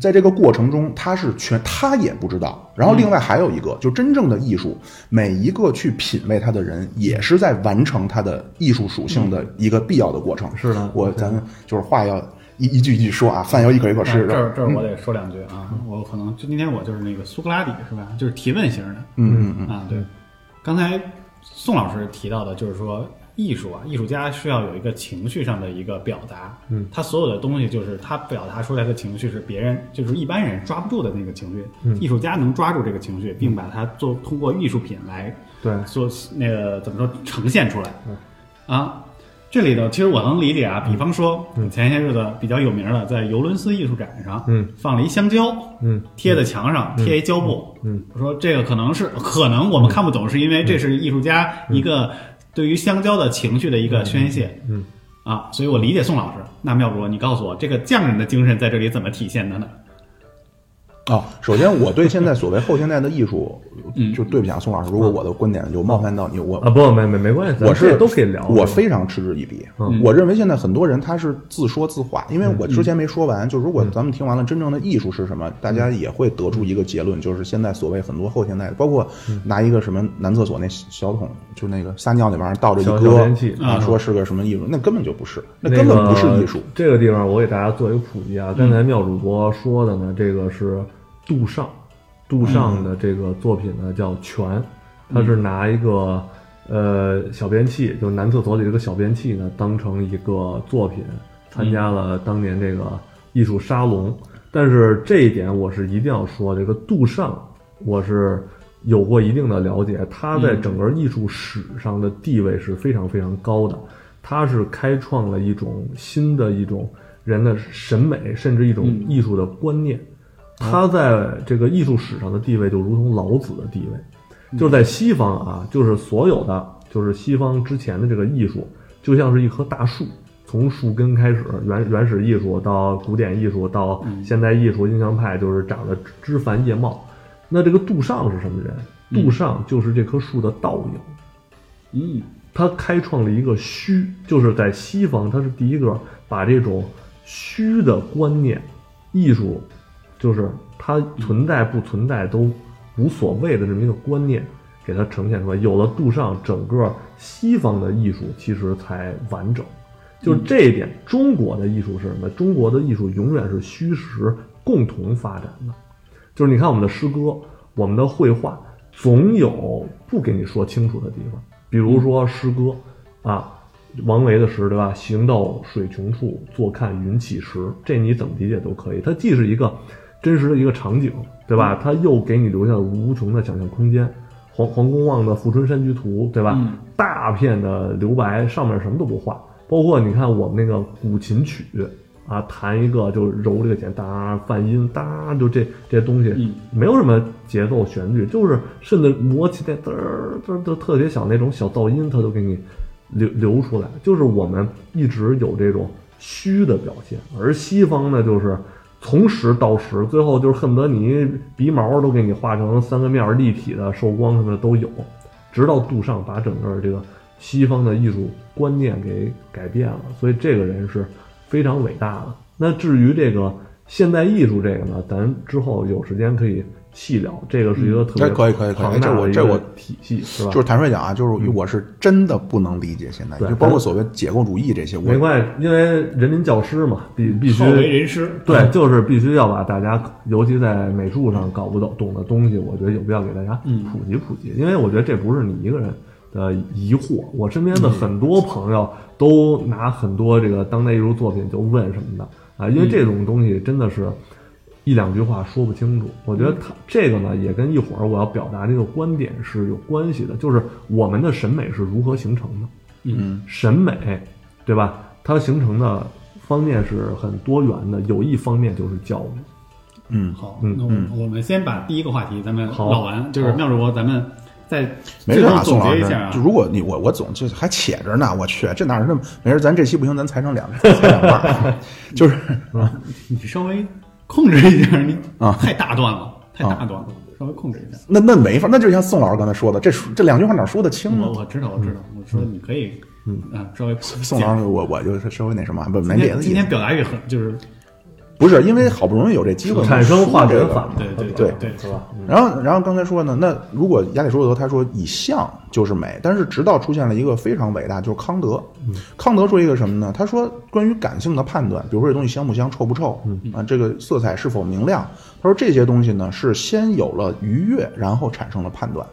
在这个过程中，他是全他也不知道。然后另外还有一个，就真正的艺术，每一个去品味它的人，也是在完成他的艺术属性的一个必要的过程。是的我咱们就是话要一一句一句说啊，饭要一口一口哎吃。这儿这儿我得说两句啊，我可能就今天我就是那个苏格拉底是吧？就是提问型的，嗯嗯嗯，啊，对。刚才宋老师提到的，就是说艺术啊，艺术家需要有一个情绪上的一个表达。嗯，他所有的东西就是他表达出来的情绪是别人，就是一般人抓不住的那个情绪。嗯，艺术家能抓住这个情绪，并把它做通过艺术品来对呃做那个怎么说呈现出来。嗯啊，这里头其实我能理解啊，比方说前些日子比较有名的，在尤伦斯艺术展上，嗯，放了一香蕉，嗯，贴在墙上，贴一胶布，嗯，我说这个可能是可能我们看不懂，是因为这是艺术家一个对于香蕉的情绪的一个宣泄，嗯啊，所以我理解宋老师。那么要不你告诉我，这个匠人的精神在这里怎么体现的呢？啊、首先我对现在所谓后现代的艺术，嗯就对不起啊，宋老师，如果我的观点有冒犯到你，我啊，不没没没关系，咱我这是都可以聊。我非常嗤之以鼻。嗯我认为现在很多人他是自说自话，因为我之前没说完。就如嗯果咱们听完了真正的艺术是什么，大家也会得出一个结论，就是现在所谓很多后现代，包括嗯拿一个什么男厕所那小桶，就那个撒尿那玩意儿倒着一小搁小便器啊，嗯说是个什么艺术，那根本就不是，那那根本不是个艺术。嗯这个地方我给大家做一个普及啊，刚才妙主播说的呢，这个是杜尚，杜尚嗯的这个作品呢叫《泉》，他是拿一个呃小便器，就是男厕所里这个小便器呢，当成一个作品，参加嗯了当年这个艺术沙龙。但是这一点我是一定要说，这个杜尚我是有过一定的了解，他嗯在整个艺术史上的地位是非常非常高的，他是开创了一种新的一种人的审美，甚至一种艺术的观念。他在这个艺术史上的地位就如同老子的地位，就是在西方啊，就是所有的就是西方之前的这个艺术，就像是一棵大树，从树根开始，原原始艺术到古典艺术到现代艺术，印象派就是长得枝繁叶茂。那这个杜尚是什么人？杜尚就是这棵树的倒影，嗯，他开创了一个虚，就是在西方，他是第一个把这种虚的观念，艺术就是它存在不存在都无所谓的这么一个观念，给它呈现出来。有了杜尚，整个西方的艺术其实才完整。就是这一点，中国的艺术是什么？中国的艺术永远是虚实共同发展的。就是你看我们的诗歌，我们的绘画，总有不给你说清楚的地方。比如说诗歌啊，王维的诗对吧？“行到水穷处，坐看云起时”，这你怎么理解都可以。它既是一个真实的一个场景，对吧？它又给你留下了无穷的想象空间。黄黄公望的《富春山居图》，对吧？大片的留白，上面什么都不画，包括你看我们那个古琴曲啊，弹一个就揉这个弦，哒泛音，哒就这这东西，嗯没有什么节奏旋律，就是甚至磨起那嘚儿嘚儿嘚儿特别小那种小噪音，它都给你流流出来。就是我们一直有这种虚的表现，而西方呢，就是从实到实，最后就是恨不得你鼻毛都给你画成三个面儿立体的，受光什么的都有。直到杜尚把整个这个西方的艺术观念给改变了，所以这个人是非常伟大的。那至于这个现代艺术这个呢，咱之后有时间可以细聊，这个是一个特别哎可以可以可以庞大的一这我这我个体系是吧？就是坦率讲啊，就是我是真的不能理解现在，嗯对就包括所谓解构主义这些，我没关系，因为人民教师嘛，必必须好嗯为人师，对，就是必须要把大家，尤其在美术上搞不懂懂的东西，我觉得有必要给大家普及普及，因为我觉得这不是你一个人的疑惑，我身边的很多朋友都拿很多这个当代艺术作品就问什么的啊，因为这种东西真的是一两句话说不清楚。我觉得它这个呢，也跟一会儿我要表达这个观点是有关系的，就是我们的审美是如何形成的。嗯审美，对吧？它形成的方面是很多元的，有一方面就是教育。嗯，好，那我我们先把第一个话题咱们好唠完，就是好妙主播，咱们再没最事终啊，宋总老结师一下啊，就如果你我我总就还且着呢，我去，这哪是那么没事？咱这期不行，咱裁成两裁两半 (laughs) 儿，啊就是你稍微控制一下，你啊太大段了，太大段了，稍微控制一下。那那没法，那就像宋老师刚才说的，这这两句话哪说得清嗯我呢？我知道，我知道，我说你可以，嗯，稍微宋老师，我我就是稍微那什么，不没今别天的今意天思，表达欲很就是不不是因为好不容易有这机会产生化学反应，对对对对是吧？然后，然后刚才说呢，那如果亚里士多德他说以象就是美，但是直到出现了一个非常伟大，就是康德。康德说一个什么呢？他说关于感性的判断，比如说这东西香不香、臭不臭，啊，这个色彩是否明亮，他说这些东西呢是先有了愉悦，然后产生了判断。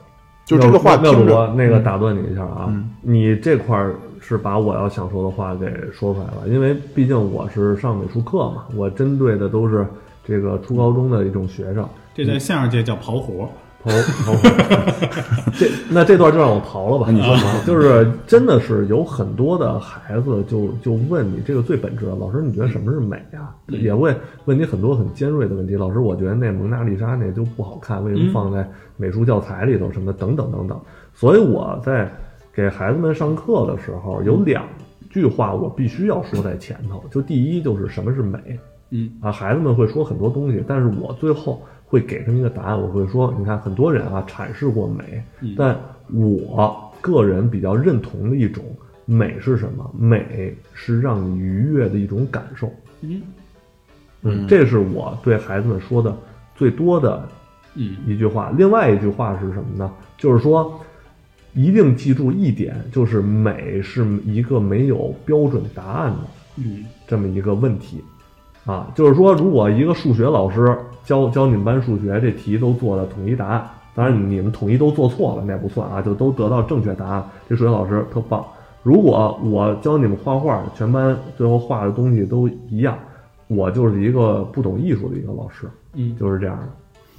就是这个话妙听主着嗯播，那个打断你一下啊，你这块儿是把我要想说的话给说出来了，因为毕竟我是上美术课嘛，我针对的都是这个初高中的一种学生。这在相声界叫刨活。刨刨，哦 (laughs) 这那这段就让我刨了吧。啊 (laughs) 你说吧，就是真的是有很多的孩子就就问你这个最本质的，老师你觉得什么是美啊？也会问你很多很尖锐的问题。老师，我觉得那蒙娜丽莎那就不好看，为什么放在美术教材里头什么等等等等。所以我在给孩子们上课的时候，有两句话我必须要说在前头，就第一就是什么是美，嗯啊，孩子们会说很多东西，但是我最后会给他们一个答案，我会说，你看很多人啊阐释过美，但我个人比较认同的一种美是什么？美是让你愉悦的一种感受。嗯嗯，这是我对孩子们说的最多的嗯一句话。另外一句话是什么呢？就是说，一定记住一点，就是美是一个没有标准答案的。嗯这么一个问题，啊，就是说，如果一个数学老师教教你们班数学这题都做了统一答案，当然你们统一都做错了那不算啊，就都得到正确答案，这数学老师特棒。如果我教你们画画，全班最后画的东西都一样，我就是一个不懂艺术的一个老师，嗯就是这样的。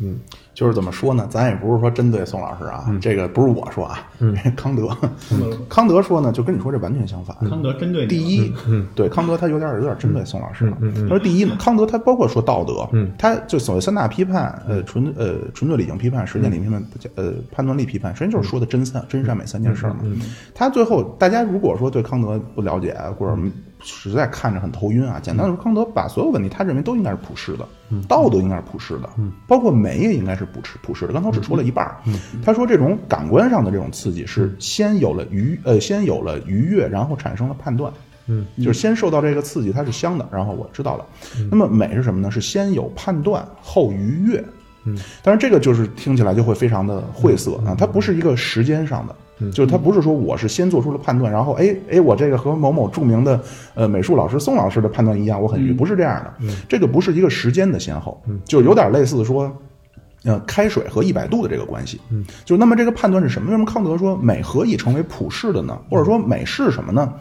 嗯，就是怎么说呢？咱也不是说针对宋老师啊，这个不是我说啊， (laughs) 康德，嗯康德说呢，就跟你说这完全相反。康德针对你第了，一，对康德他有点有点针对宋老师了。他说第一呢，康德他包括说道德，他就所谓三大批判，呃，纯呃纯粹理性批判、实践理性批判、呃判断力批判，实际上就是说的真善真善美三件事嘛。他最后大家如果说对康德不了解或者实在看着很头晕啊，简单的说，康德把所有问题他认为都应该是普世的，道德应该是普世的，包括美也应该是普世普世的。刚才我只说了一半儿，他说这种感官上的这种刺激是先有了愉呃先有了愉悦，然后产生了判断。就是先受到这个刺激，它是香的，然后我知道了。那么美是什么呢？是先有判断，后愉悦。嗯，但是这个就是听起来就会非常的晦涩啊，它不是一个时间上的，就是它不是说我是先做出了判断，然后哎哎，我这个和某某著名的呃美术老师宋老师的判断一样，我很愉，不是这样的，这个不是一个时间的先后，就有点类似说。呃，开水和一百度的这个关系，嗯，就那么这个判断是什么？为什么康德说美何以成为普世的呢？或者说美是什么呢？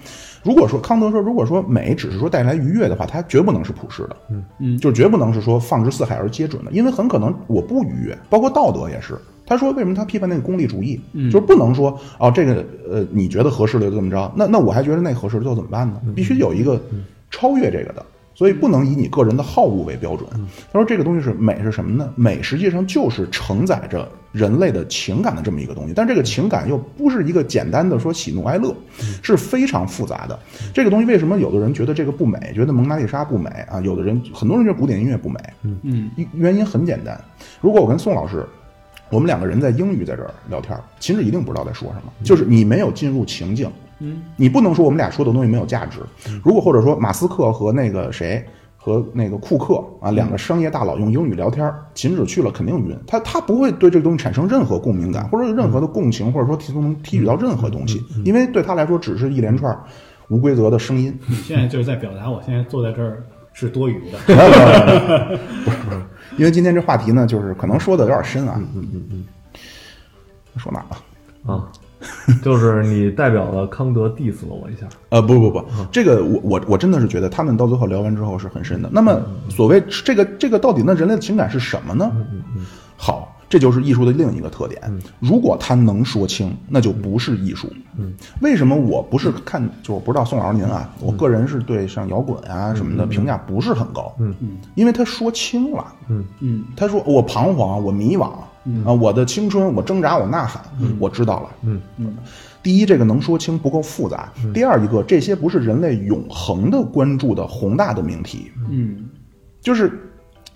如果说康德说，如果说美只是说带来愉悦的话，它绝不能是普世的，嗯嗯就绝不能是说放之四海而皆准的，因为很可能我不愉悦，包括道德也是。他说为什么他批判那个功利主义，就是不能说哦这个呃你觉得合适的就这么着，那那我还觉得那合适的就怎么办呢？必须有一个超越这个的。所以不能以你个人的好恶为标准。他说这个东西是美是什么呢？美实际上就是承载着人类的情感的这么一个东西，但这个情感又不是一个简单的说喜怒哀乐，是非常复杂的。这个东西为什么有的人觉得这个不美，觉得蒙娜丽莎不美啊？有的人很多人觉得古典音乐不美，嗯一原因很简单，如果我跟宋老师，我们两个人在英语在这儿聊天儿，秦始一定不知道在说什么，就是你没有进入情境，嗯，你不能说我们俩说的东西没有价值。如果或者说马斯克和那个谁。和那个库克啊，两个商业大佬用英语聊天儿，秦止去了肯定晕，他他不会对这个东西产生任何共鸣感，或者有任何的共情，或者说提供能提取到任何东西，因为对他来说只是一连串儿无规则的声音。你嗯现在就是在表达，我现在坐在这儿是多余 (laughs) 的。没有没有没有没有不是不是，因为今天这话题呢，就是可能说的有点深啊。嗯嗯嗯，说哪儿了？啊，就是你代表了康德 diss 了我一下，呃，不不不，这个我我我真的是觉得他们到最后聊完之后是很深的。那么，所谓这个这个到底那人类的情感是什么呢？好，这就是艺术的另一个特点。如果他能说清，那就不是艺术。为什么我不是看？就我不知道宋老师您啊，我个人是对像摇滚啊什么的评价不是很高。嗯嗯，因为他说清了。嗯他说我彷徨，我迷惘、啊，我的青春，我挣扎，我呐喊，我知道了。嗯嗯，第一，这个能说清不够复杂；第二，一个这些不是人类永恒的关注的宏大的命题，嗯就是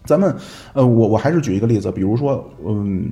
咱们呃，我我还是举一个例子，比如说嗯。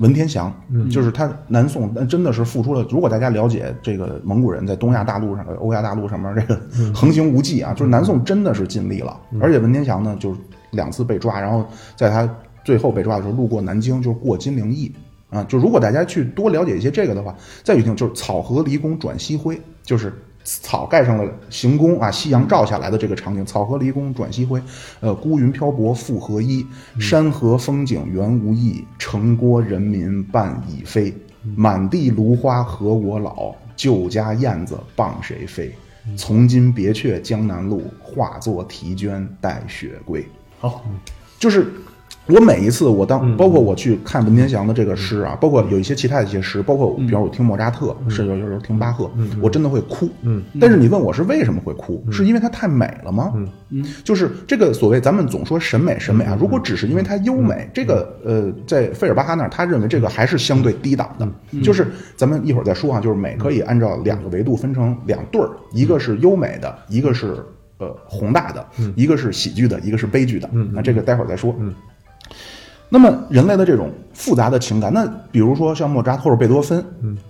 文天祥，就是他南宋呃真的是付出了。如果大家了解这个蒙古人在东亚大陆上、呃欧亚大陆上面这个横行无忌啊，就是南宋真的是尽力了。而且文天祥呢，就是两次被抓，然后在他最后被抓的时候路过南京，就是过金陵驿。啊，就如果大家去多了解一些这个的话，再去听就是“草河离宫转西晖”，就是草盖上了行宫啊，夕阳照下来的这个场景，“草河离宫转西晖”，呃，孤云漂泊复何依？山河风景原无意，城郭人民伴已非。满地芦花何我老，旧家燕子傍谁飞？从今别却江南路，化作啼鹃待雪归。好，就是我每一次我当包括我去看文天祥的这个诗啊，包括有一些其他的一些诗，包括比方我听莫扎特，甚至有时候听巴赫，我真的会哭。嗯，但是你问我是为什么会哭，是因为它太美了吗？嗯，就是这个所谓咱们总说审美审美啊，如果只是因为它优美，这个呃，在费尔巴哈那儿，他认为这个还是相对低档的，就是咱们一会儿再说啊，就是美可以按照两个维度分成两对儿，一个是优美的，一个是呃宏大的，一个是喜剧的，一个是悲剧的。那这个待会儿再说。那么人类的这种复杂的情感，那比如说像莫扎特或者贝多芬，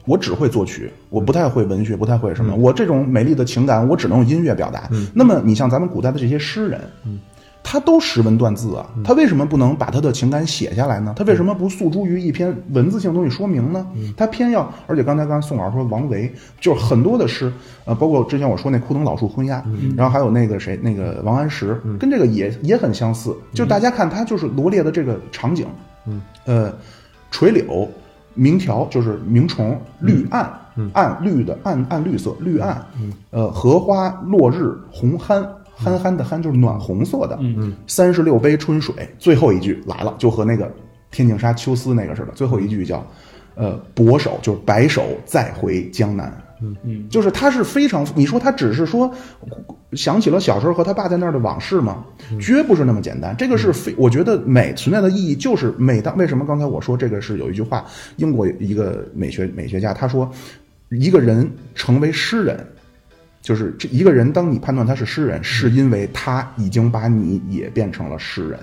我只会作曲，我不太会文学，不太会什么，我这种美丽的情感，我只能用音乐表达。那么你像咱们古代的这些诗人，他都识文断字啊，他为什么不能把他的情感写下来呢？他为什么不诉诸于一篇文字性东西说明呢？他偏要，而且刚才刚才宋老师说王维，就是很多的诗，呃，包括之前我说那枯藤老树昏鸦，然后还有那个谁，那个王安石，跟这个也也很相似，就是大家看他就是罗列的这个场景，嗯，呃，垂柳、鸣条就是鸣虫、绿暗。暗绿的暗暗绿色，绿暗，呃，荷花落日红憨，憨憨的憨就是暖红色的。嗯，三十六杯春水，最后一句来了，就和那个天净沙秋思那个似的，最后一句叫，呃，白首就是白首再回江南。嗯嗯，就是他是非常，你说他只是说想起了小时候和他爸在那儿的往事吗？绝不是那么简单。这个是非，我觉得美存在的意义就是每当为什么刚才我说这个是有一句话，英国一个美学美学家他说，一个人成为诗人，就是这一个人，当你判断他是诗人，是因为他已经把你也变成了诗人。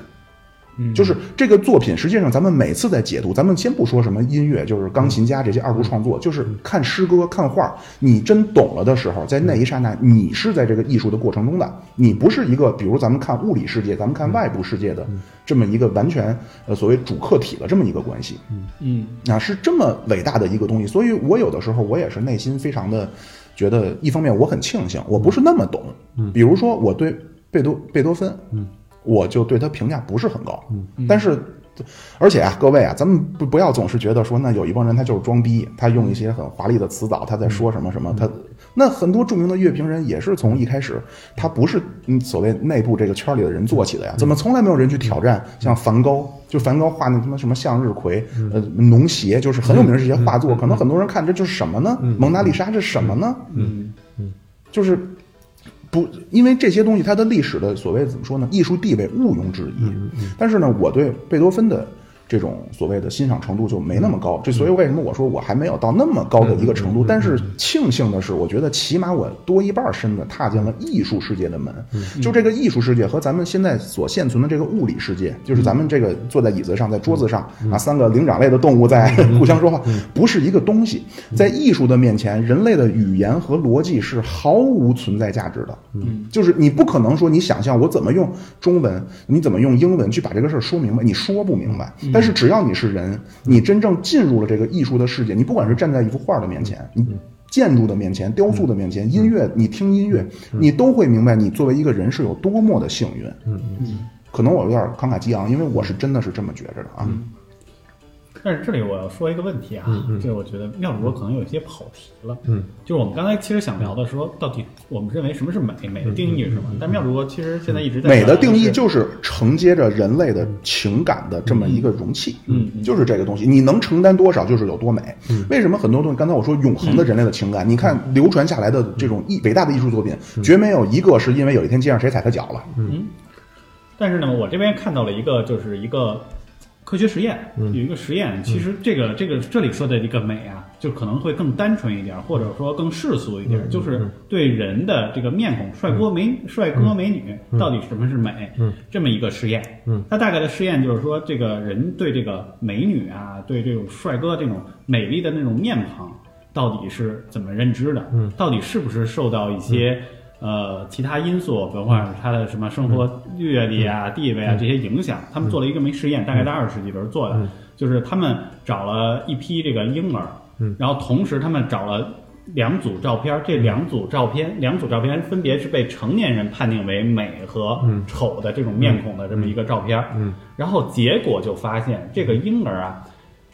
就是这个作品，实际上咱们每次在解读，咱们先不说什么音乐，就是钢琴家这些二度创作，就是看诗歌、看画，你真懂了的时候，在那一刹那，你是在这个艺术的过程中的，你不是一个，比如咱们看物理世界，咱们看外部世界的这么一个完全呃所谓主客体的这么一个关系，嗯啊，是这么伟大的一个东西。所以我有的时候我也是内心非常的觉得，一方面我很庆幸我不是那么懂，比如说我对贝多贝多芬，嗯。我就对他评价不是很高。但是，而且啊，各位啊，咱们不不要总是觉得说，那有一帮人他就是装逼，他用一些很华丽的词藻，他在说什么什么，嗯他那很多著名的乐评人也是从一开始，他不是嗯所谓内部这个圈里的人做起嗯的呀，怎么从来没有人去挑战像梵高？就梵高画那他妈什么向日葵，呃，农协就是很有名的这些画作，可能很多人看这就是什么呢？蒙娜丽莎这是什么呢？嗯就是不，因为这些东西它的历史的所谓怎么说呢，艺术地位毋庸置疑。但是呢，我对贝多芬的这种所谓的欣赏程度就没那么高，这所以为什么我说我还没有到那么高的一个程度。但是庆幸的是，我觉得起码我多一半身子踏进了艺术世界的门。就这个艺术世界和咱们现在所现存的这个物理世界，就是咱们这个坐在椅子上，在桌子上啊，三个灵长类的动物在互相说话，不是一个东西。在艺术的面前，人类的语言和逻辑是毫无存在价值的。嗯，就是你不可能说你想象我怎么用中文，你怎么用英文去把这个事儿说明白，你说不明白。嗯但是只要你是人，你真正进入了这个艺术的世界，你不管是站在一幅画的面前，你嗯建筑的面前，雕塑的面前，音乐，你听音乐，你都会明白你作为一个人是有多么的幸运。嗯。可能我有点慷慨激昂，因为我是真的是这么觉着的啊。嗯但是这里我要说一个问题嗯啊，这个我觉得妙主播可能有一些跑题了。嗯，就是我们刚才其实想聊的说，到底我们认为什么是美，美的定义是什嗯么？但妙主播其实现在一直在美的讲定义是就是承接着人类的情感的这么一个容器，嗯嗯就是这个东西，你能承担多少就是有多美。为什么很多东西？刚才我说永恒的人类的情感，你看流传下来的这种艺伟大的艺术作品，绝没有一个是因为有一天街上谁踩他脚了。但是呢，我这边看到了一个，就是一个科学实验，有一个实验。其实这个这个这里说的一个美啊，就可能会更单纯一点，或者说更世俗一点，就是对人的这个面孔、帅哥美帅哥美女到底什么是美，这么一个实验。嗯，它大概的实验就是说，这个人对这个美女啊，对这种帅哥这种美丽的那种面庞，到底是怎么认知的？嗯，到底是不是受到一些、呃其他因素，比如说他的什么生活嗯阅历啊、地位啊这些影响？他们做了一个没实验，大嗯概在二十世纪的时候做的，就是他们找了一批这个婴儿，嗯，然后同时他们找了。两组照片，这两组照片，两组照片分别是被成年人判定为美和丑的这种面孔的这么一个照片，嗯然后结果就发现这个婴儿啊，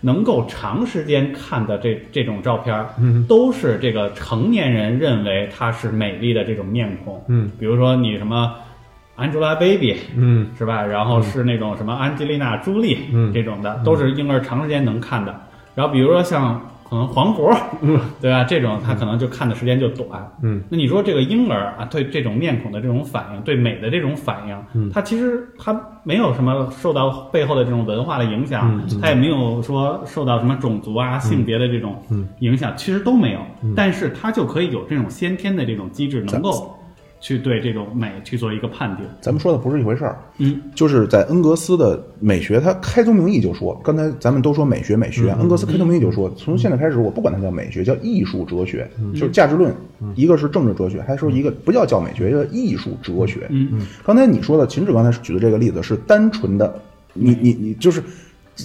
能够长时间看的这这种照片，嗯，都是这个成年人认为她是美丽的这种面孔，嗯比如说你什么 Angelababy 嗯是吧？然后是那种什么安吉丽娜·朱莉嗯这种的，都是婴儿长时间能看的。然后比如说像可能黄渤， (laughs) 对吧？这种他可能就看的时间就短，嗯那你说这个婴儿啊，对这种面孔的这种反应，对美的这种反应，嗯他其实他没有什么受到背后的这种文化的影响，嗯他也没有说受到什么种族啊、性别的这种嗯影响，其实都没有。嗯但是他就可以有这种先天的这种机制，能够去对这种美去做一个判定。咱们说的不是一回事儿，嗯，就是在恩格斯的美学，他开宗明义就说，刚才咱们都说美学，美学，嗯恩格斯开宗明义就说，从现在开始，我不管它叫美学，叫艺术哲学，嗯就是价值论，一个是政治哲学，还说一个不叫叫美学，叫艺术哲学。嗯刚才你说的秦志刚才举的这个例子是单纯的，你你你就是，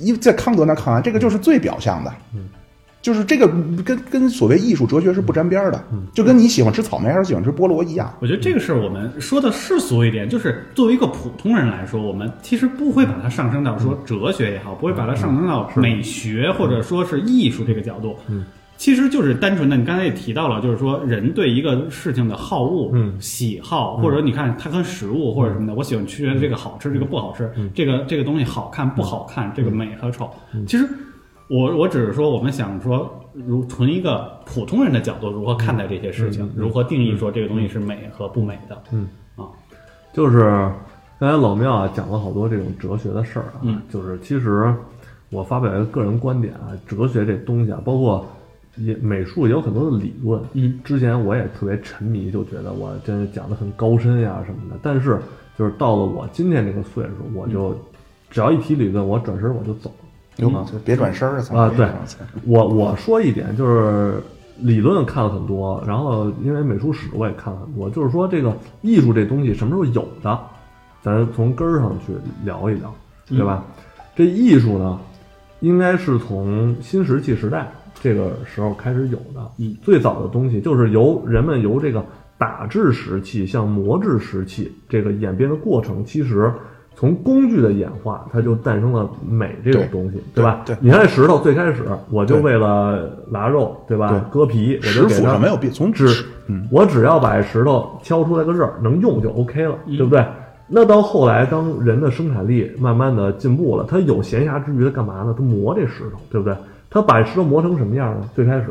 因为在康德那看来，这个就是最表象的，嗯就是这个跟跟所谓艺术哲学是不沾边儿的，嗯就跟你喜欢吃草莓还是喜欢吃菠萝一样。我觉得这个事儿我们说的世俗一点，就是作为一个普通人来说，我们其实不会把它上升到说哲学也好，不会把它上升到美学或者说是艺术这个角度。嗯，其实就是单纯的，你刚才也提到了，就是说人对一个事情的好恶、嗯喜好，或者你看它跟食物或者什么的，我喜欢吃这个好吃，这个不好吃，嗯这个这个东西好看不好看，这个美和丑，其实。我我只是说，我们想说，如从一个普通人的角度，如何看待这些事情，如何定义说这个东西是美和不美的。嗯啊，就是刚才老庙啊讲了好多这种哲学的事儿啊，嗯就是其实我发表一个个人观点啊，哲学这东西啊，包括也美术也有很多的理论，嗯，之前我也特别沉迷，就觉得我真是讲的很高深呀什么的，但是就是到了我今天这个岁数，我就、只要一提理论，我转身我就走了。哟，就别转身儿操啊对别转身儿我我说一点，就是理论看了很多，然后因为美术史我也看了很多，就是说这个艺术这东西什么时候有的，咱从根儿上去聊一聊，对吧？嗯这艺术呢，应该是从新石器时代这个时候开始有的，嗯最早的东西就是由人们由这个打制时期向磨制时期这个演变的过程，其实。从工具的演化，它就诞生了美这种对东西，对吧？对你看这石头最开始，我就对为了拿肉，对吧？对割皮，我石就给斧它上没有必从只纸，嗯，我只要把石头敲出来个刃儿，能用就 OK 了，嗯对不对？那到后来，当人的生产力慢慢的进步了，他有闲暇之余，他干嘛呢？他磨这石头，对不对？他把石头磨成什么样呢？最开始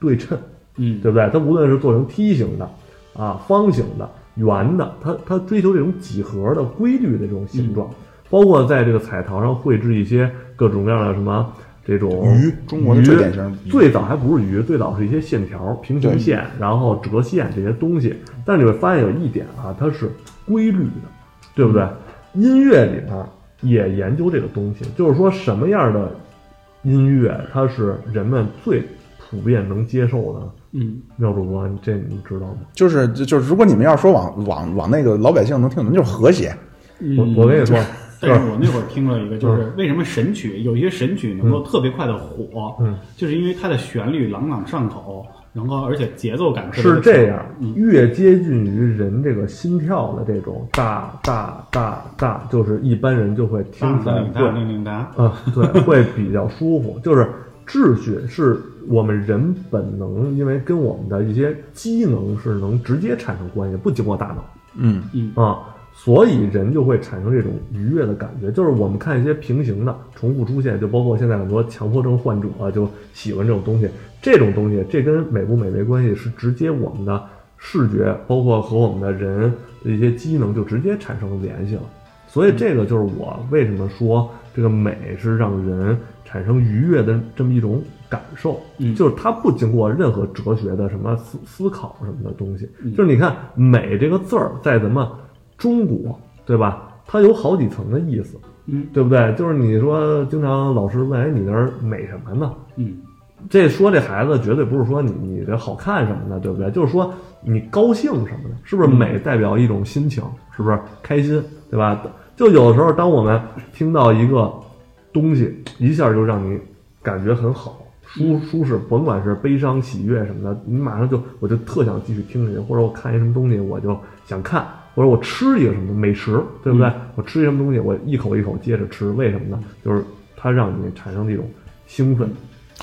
对称，嗯，对不对？它无论是做成梯形的、啊方形的、圆的，它它追求这种几何的规律的这种嗯形状，包括在这个彩陶上绘制一些各种各样的什么这种鱼中国的最鱼典型的鱼最早还不是鱼，最早是一些线条、平行对线，然后折线这些东西。但是你会发现有一点啊，它是规律的，对不对？嗯音乐里面也研究这个东西，就是说什么样的音乐它是人们最普遍能接受的。嗯，妙主播，你这你知道吗？就是就就是，如果你们要说往往往那个老百姓能听懂，就是和谐，嗯我我跟 (laughs) 你说，但是我那会儿听了一个，嗯就是为什么神曲有一些神曲能够特别快的火，嗯，就是因为它的旋律朗朗上口，然后而且节奏感特别是的这样嗯，越接近于人这个心跳的这种大大大大，就是一般人就会听强。起当来当会当当当当，啊，对， (laughs) 会比较舒服。就是秩序是我们人本能，因为跟我们的一些机能是能直接产生关系，不经过大脑。嗯，嗯啊，所以人就会产生这种愉悦的感觉。就是我们看一些平行的重复出现，就包括现在很多强迫症患者啊，就喜欢这种东西。这种东西，这跟美不美没关系，是直接我们的视觉，包括和我们的人的一些机能就直接产生联系了。所以这个就是我为什么说这个美是让人产生愉悦的这么一种感受，嗯就是它不经过任何哲学的什么思思考什么的东西，就是你看“美”这个字儿在咱们中国，对吧？它有好几层的意思，嗯，对不对？就是你说经常老师问，哎，你那儿美什么呢？嗯这说这孩子绝对不是说你你这好看什么的，对不对？就是说你高兴什么的，是不是美代表一种心情，是不是开心，对吧？就有的时候，当我们听到一个东西，一下就让你感觉很好。舒舒适，甭管是悲伤、喜悦什么的，你马上就我就特想继续听下去，或者我看一什么东西，我就想看，或者我吃一个什么美食，对不对？我吃一什么东西，我一口一口接着吃，为什么呢？就是它让你产生这种兴奋，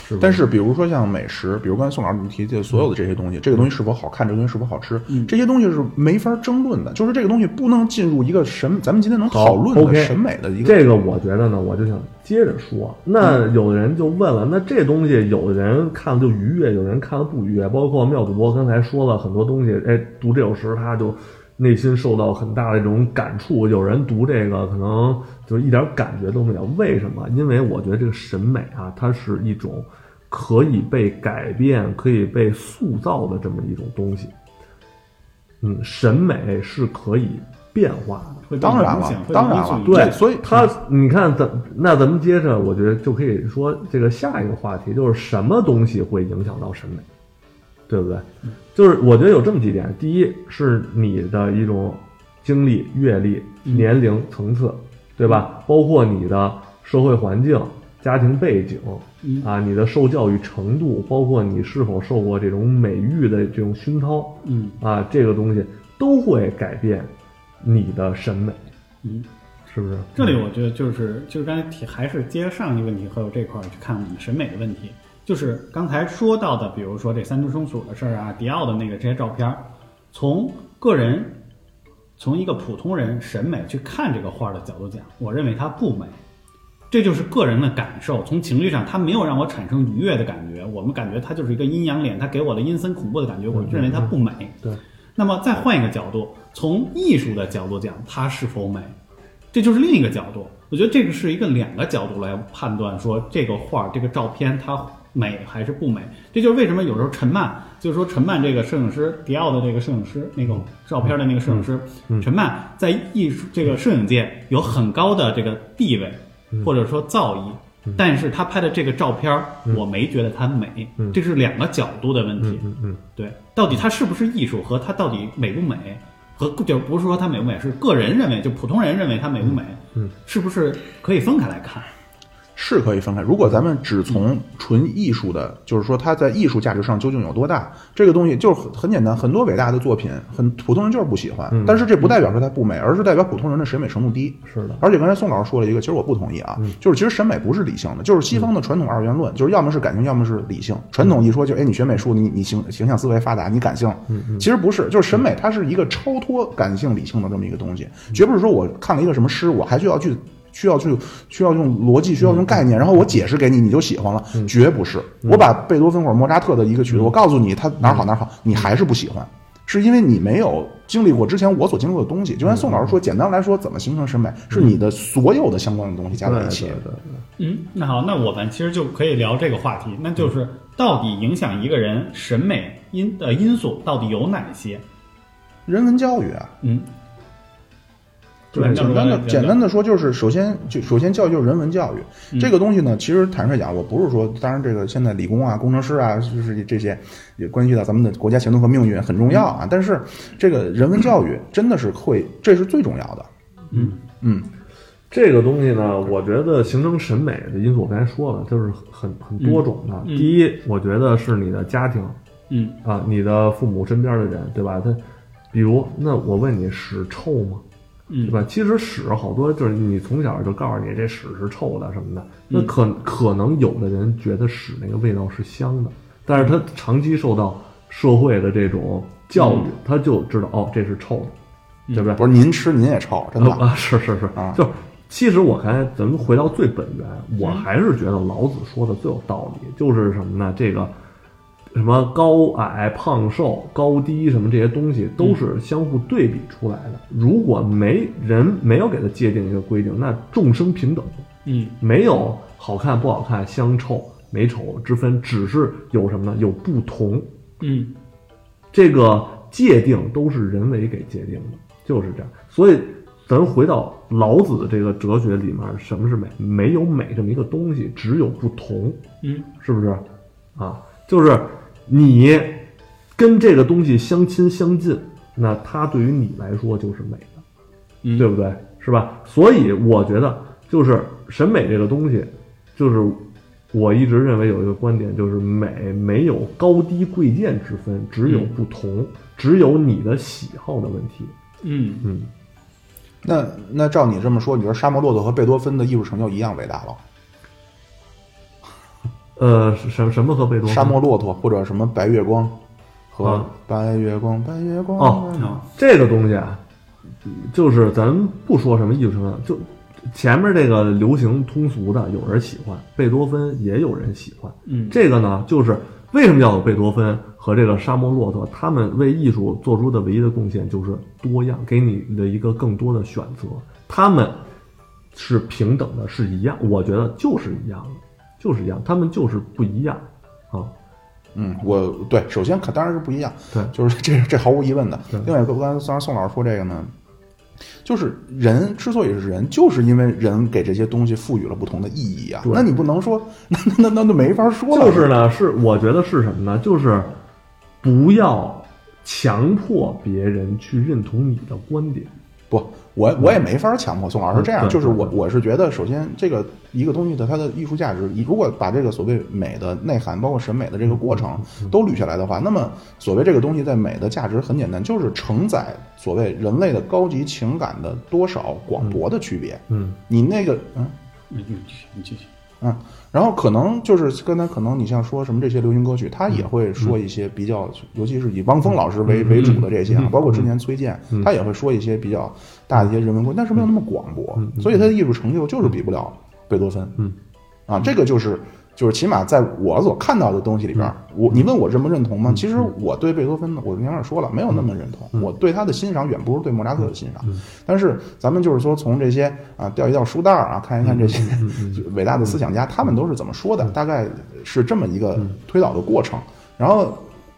是不但是，比如说像美食，比如刚才宋老师你提的所有的这些东西，这个东西是否好看，这个东西是否好吃，这些东西是没法争论的。就是这个东西不能进入一个审，咱们今天能讨论好的，OK 审美的一个。嗯这个我觉得呢，我就想接着说。那有的人就问了，那这东西有的人看了就愉悦，有的人看了不愉悦。包括妙主播刚才说了很多东西，哎，读这首诗他就内心受到很大的这种感触。有人读这个可能就一点感觉都没有，为什么？因为我觉得这个审美啊，它是一种可以被改变、可以被塑造的这么一种东西。嗯，审美是可以变化的。会被当然影了响会被当然影响了影响对，所以他你看咱那咱们接着，我觉得就可以说这个下一个话题就是什么东西会影响到审美，对不对？就是我觉得有这么几点，第一是你的一种经历、阅历、年龄层次，对吧？包括你的社会环境、家庭背景嗯啊，你的受教育程度，包括你是否受过这种美育的这种熏陶嗯啊，这个东西都会改变你的审美。嗯，是不是？这里我觉得就是就是刚才提，还是接上一个问题，还有这块儿去看我们审美的问题。就是刚才说到的，比如说这三只松鼠的事儿啊，迪奥的那个这些照片儿，从个人，从一个普通人审美去看这个画儿的角度讲，我认为它不美，这就是个人的感受。从情绪上，它没有让我产生愉悦的感觉，我们感觉它就是一个阴阳脸，它给我的阴森恐怖的感觉，我认为它不美。对，那么再换一个角度，从艺术的角度讲，它是否美，这就是另一个角度。我觉得这个是一个两个角度来判断说这个画儿、这个照片它美还是不美。这就是为什么有时候陈曼，就是说陈曼这个摄影师，迪奥的这个摄影师，那个照片的那个摄影师，嗯陈曼在艺术这个摄影界有很高的这个地位，嗯或者说造诣。但是他拍的这个照片儿，我没觉得它美，这是两个角度的问题。嗯嗯，对，到底它是不是艺术和它到底美不美，和就不是说它美不美，是个人认为，就普通人认为它美不美，嗯，是不是可以分开来看？是可以分开。如果咱们只从纯艺术的，就是说它在艺术价值上究竟有多大，这个东西就是很很简单。很多伟大的作品，很普通人就是不喜欢，但是这不代表说它不美，而是代表普通人的审美程度低。是的，而且刚才宋老师说了一个，其实我不同意啊，就是其实审美不是理性的，就是西方的传统二元论，就是要么是感性，要么是理性。传统一说就哎，你学美术，你你形形象思维发达，你感性，嗯其实不是，就是审美它是一个超脱感性理性的这么一个东西，绝不是说我看了一个什么诗，我还需要去。需要去需要用逻辑，需要用嗯概念，然后我解释给你，你就喜欢了，绝不是。我把贝多芬或者莫扎特的一个曲子，嗯我告诉你它哪儿好哪儿好，你还是不喜欢。是因为你没有经历过之前我所经历过的东嗯西。就像宋老师说，简单来说，怎么形成审美，是你的所有的相关的东西加在一起对。对对嗯，那好，那我们其实就可以聊这个话题，那就是到底影响一个人审美因的因素到底有哪些？人文教育啊，嗯，对，简单的简单的说，就是首先就首先教育就是人文教育这个东西呢，其实坦率讲，我不是说，当然这个现在理工啊、工程师啊，就是这些也关系到咱们的国家前途和命运很重要啊。但是这个人文教育真的是会，这是最重要的。嗯这个东西呢，我觉得形成审美的因素，我刚才说了，就是很很多种的。嗯第一，我觉得是你的家庭嗯啊，你的父母身边的人，对吧？他，比如，那我问你，屎臭吗？嗯对吧？其实屎好多就是你从小就告诉你这屎是臭的什么的，那可可能有的人觉得屎那个味道是香的，但是他长期受到社会的这种教育，他就知道哦这是臭的，对不对？嗯，不是您吃您也臭，真啊的。啊，是是是啊，就是其实我还咱们回到最本源，我还是觉得老子说的最有道理，就是什么呢？这个什么高矮、胖瘦、高低什么这些东西都是相互对比出来的。如果没人没有给他界定一个规定，那众生平等，嗯没有好看不好看、香臭美丑之分，只是有什么呢？有不同。嗯这个界定都是人为给界定的，就是这样。所以，咱回到老子的这个哲学里面，什么是美？没有美这么一个东西，只有不同，嗯是不是？啊，就是你跟这个东西相亲相近，那它对于你来说就是美的。嗯，对不对？是吧？所以我觉得，就是审美这个东西，就是我一直认为有一个观点，就是美没有高低贵贱之分，只嗯有不同，只有你的喜好的问题。嗯嗯，那那照你这么说，你说沙漠骆驼和贝多芬的艺术成就一样伟大了？呃，什什么和贝多芬沙漠骆驼或者什么白月光和啊白月光，白月光哦啊，这个东西啊，就是咱不说什么艺术成分，就前面这个流行通俗的有人喜欢，贝多芬也有人喜欢。嗯这个呢，就是为什么要有贝多芬和这个沙漠骆驼，他们为艺术做出的唯一的贡献就是多样，给你的一个更多的选择。他们是平等的，是一样，我觉得就是一样的，就是一样，他们就是不一样啊。嗯，我对，首先可当然是不一样，对就是这这毫无疑问的对。另外一个，刚才刚才宋老师说这个呢，就是人之所以是人，就是因为人给这些东西赋予了不同的意义啊。对那你不能说，那那那那就没法说了。就是呢，是我觉得是什么呢？就是不要强迫别人去认同你的观点。不，我我也没法强迫宋老师这样。嗯对就是我对我是觉得，首先这个一个东西的它的艺术价值，你如果把这个所谓美的内涵，包括审美的这个过程嗯都捋下来的话，那么所谓这个东西在美的价值很简单，就是承载所谓人类的高级情感的多少广博的区别。嗯，你那个嗯。你你继续你继续，嗯，然后可能就是刚才可能你像说什么这些流行歌曲，他也会说一些比较，尤其是以汪峰老师为、为主的这些啊，包括之前崔健，他也会说一些比较大的一些人文观，但是没有那么广博，所以他的艺术成就就是比不了贝多芬。嗯，啊，这个就是就是起码在我所看到的东西里边儿，我你问我认不认同吗？其实我对贝多芬的，我前面说了，没有那么认同，我对他的欣赏远不如对莫扎特的欣赏。但是咱们就是说，从这些啊调一调书袋儿啊，看一看这些伟大的思想家，他们都是怎么说的，大概是这么一个推导的过程。然后，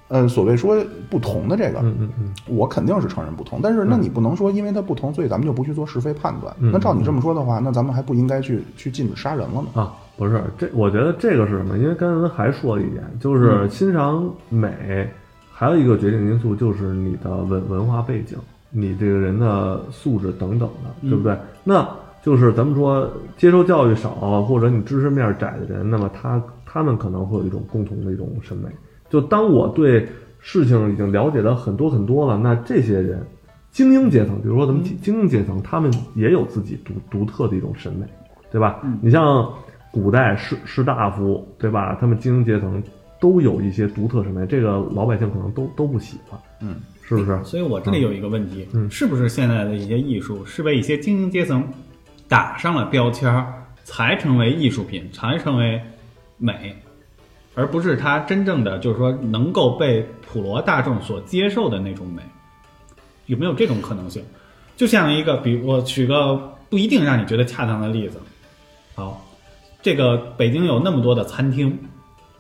嗯，所谓说不同的这个，嗯嗯我肯定是承认不同，但是那你不能说因为它不同，所以咱们就不去做是非判断。那照你这么说的话，那咱们还不应该去去禁止杀人了呢？啊，不是这，我觉得这个是什么？因为刚才咱还说了一点，就是欣赏美，还有一个决定因素就是你的文文化背景，你这个人的素质等等的，对不对？那就是咱们说接受教育少或者你知识面窄的人，那么他他们可能会有一种共同的一种审美。就当我对事情已经了解的很多很多了，那这些人。精英阶层，比如说咱们精英阶层，他们也有自己独独特的一种审美，对吧？你像古代士士大夫，对吧？他们精英阶层都有一些独特审美，这个老百姓可能都都不喜欢，嗯，是不是？所以我这里有一个问题，嗯是不是现在的一些艺术是被一些精英阶层打上了标签儿，才成为艺术品，才成为美，而不是它真正的就是说能够被普罗大众所接受的那种美？有没有这种可能性？就像一个，比如我举个不一定让你觉得恰当的例子，好，这个北京有那么多的餐厅，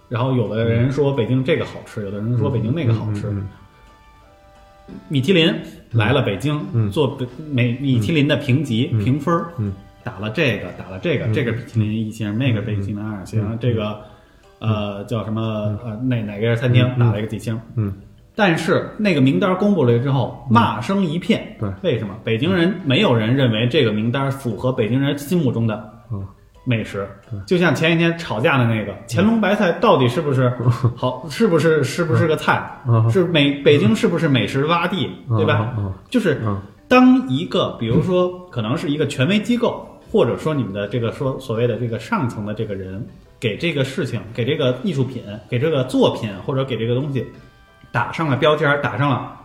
然后有的人说北京这个好吃，有的人说北京那个好吃。嗯嗯嗯嗯米其林来了北京，嗯做北美米其林的评级、嗯评分儿，嗯打了这个，打了这个，这个米其林一星，那个米其林二星，嗯这个呃叫什么呃哪哪个餐厅、打了一个几星，嗯，但是那个名单公布了之后，骂声一片，嗯对嗯为什么？北京人没有人认为这个名单符合北京人心目中的嗯美食，就像前几天吵架的那个乾隆白菜到底是不是好，是不是是不是个菜嗯？是美北京是不是美食洼地，对吧嗯嗯嗯？就是嗯当一个，比如说可能是一个权威机构，或者说你们的这个说所谓的这个上层的这个人，给这个事情、给这个艺术品、给这个作品或者给这个东西打上了标签儿，打上了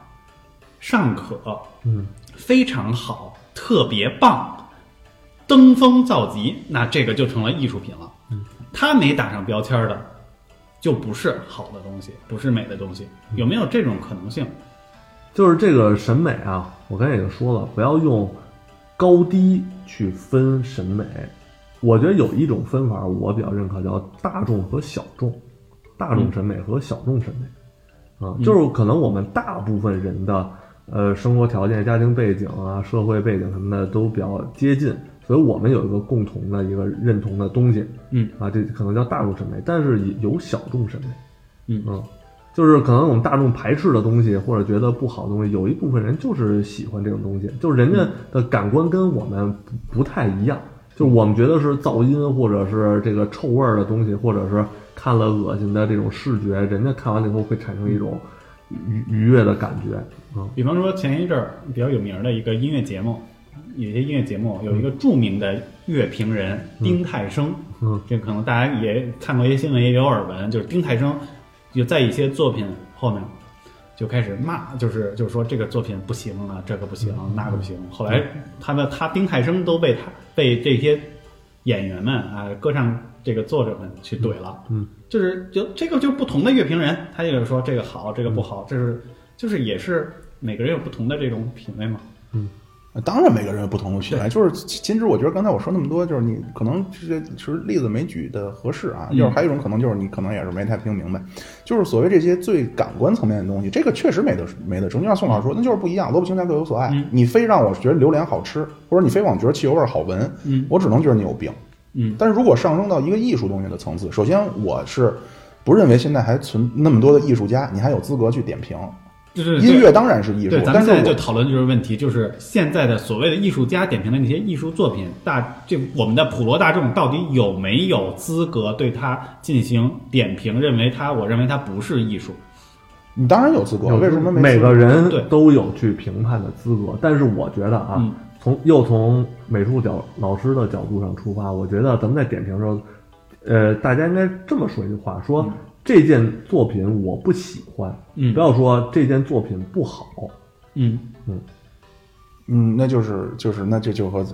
尚可、嗯非常好、特别棒、登峰造极，那这个就成了艺术品了。它没打上标签儿的，就不是好的东西，不是美的东西。有没有这种可能性？就是这个审美啊，我刚才也说了，不要用高低去分审美，我觉得有一种分法我比较认可，叫大众和小众，大众审美和小众审美，啊，就是可能我们大部分人的呃生活条件、家庭背景啊、社会背景什么的都比较接近，所以我们有一个共同的一个认同的东西，嗯，啊，这可能叫大众审美，但是也有小众审美，啊嗯就是可能我们大众排斥的东西，或者觉得不好的东西，有一部分人就是喜欢这种东西，就是人家的感官跟我们不不太一样，就是我们觉得是噪音，或者是这个臭味儿的东西，或者是看了恶心的这种视觉，人家看完了以后会产生一种愉愉悦的感觉啊、嗯比方说前一阵儿比较有名儿的一个音乐节目，有些音乐节目有一个著名的乐评人丁太升，嗯，这可能大家也看过一些新闻，也有耳闻，就是丁太升就在一些作品后面就开始骂，就是就是说这个作品不行啊，这个不行，那个不行。后来他们他丁太升都被他被这些演员们啊，歌唱这个作者们去怼了，嗯，就是就这个就是不同的乐评人，他就是说这个好，这个不好，这是就是也是每个人有不同的这种品味嘛，当然，每个人有不同的品味。就是金枝，我觉得刚才我说那么多，就是你可能这些其实例子没举的合适啊。就是嗯还有一种可能，就是你可能也是没太听明白，就是所谓这些最感官层面的东西，这个确实没得没得争。就像宋老师说，那就是不一样，萝卜青菜各有所爱。嗯你非让我觉得榴莲好吃，或者你非让我觉得汽油味儿好闻，嗯我只能觉得你有病。嗯，但是如果上升到一个艺术东西的层次，首先我是不认为现在还存那么多的艺术家，你还有资格去点评。就是音乐当然是艺术对，，但咱们是现在我就讨论就是问题，就是现在的所谓的艺术家点评的那些艺术作品，大这我们的普罗大众到底有没有资格对它进行点评？认为它，我认为它不是艺术。你当然有资格，有为什么没每资格个人对都有去评判的资格？但是我觉得啊，嗯从又从美术角老师的角度上出发，我觉得咱们在点评的时候，呃，大家应该这么说一句话：说、嗯这件作品我不喜欢，嗯不要说这件作品不好。嗯，嗯，那就是就是那这就和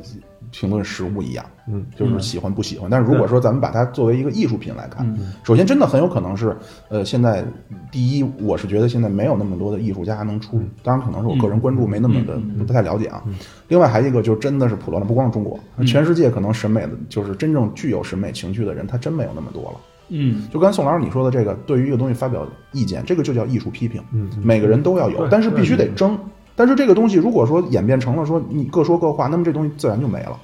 评论食物一样，嗯，嗯就是喜欢不喜欢。但是如果说咱们把它作为一个艺术品来看，首先真的很有可能是，呃，现在第一，我是觉得现在没有那么多的艺术家能嗯出，当然可能是我个人关注没那么的、不太了解啊。另外还一个就是真的是普罗了，不光是中国，嗯全世界可能审美的就是真正具有审美情趣的人，他真没有那么多了。嗯，就刚才宋老师你说的这个，对于一个东西发表意见，这个就叫艺术批评。嗯，每个人都要有，但是必须得争。但是这个东西如果说演变成了说你各说各话，那么这东西自然就没了。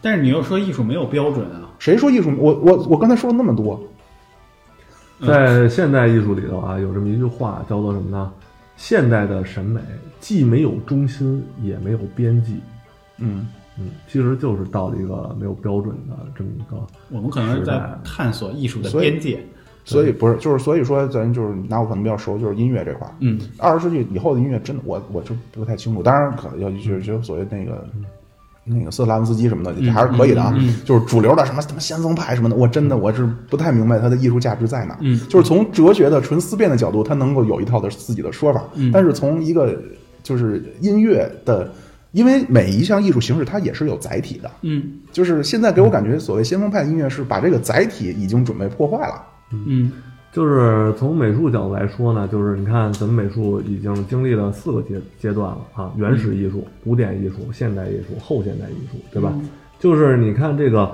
但是你又说艺术没有标准啊。谁说艺术？我我我刚才说了那么多，在现代艺术里头啊，有这么一句话叫做什么呢？现代的审美既没有中心，也没有边际。嗯，嗯，其实就是到了一个没有标准的这么一个我们可能是时在代探索艺术的所以边界。所以不是就是所以说咱就是拿我可能比较熟，就是音乐这块儿。嗯，二十世纪以后的音乐真的我我就不太清楚，当然可能要就是就是所谓那个。那个斯特拉文斯基什么的嗯还是可以的啊，就是主流的什么什么先锋派什么的，我真的我是不太明白它的艺术价值在哪。嗯，就是从哲学的纯思辨的角度，它能够有一套的自己的说法。嗯但是从一个就是音乐的，因为每一项艺术形式它也是有载体的，嗯就是现在给我感觉所谓先锋派的音乐是把这个载体已经准备破坏了。嗯就是从美术角度来说呢，就是你看咱们美术已经经历了四个阶阶段了啊，原始艺术、古典艺术、现代艺术、后现代艺术，对吧？就是你看这个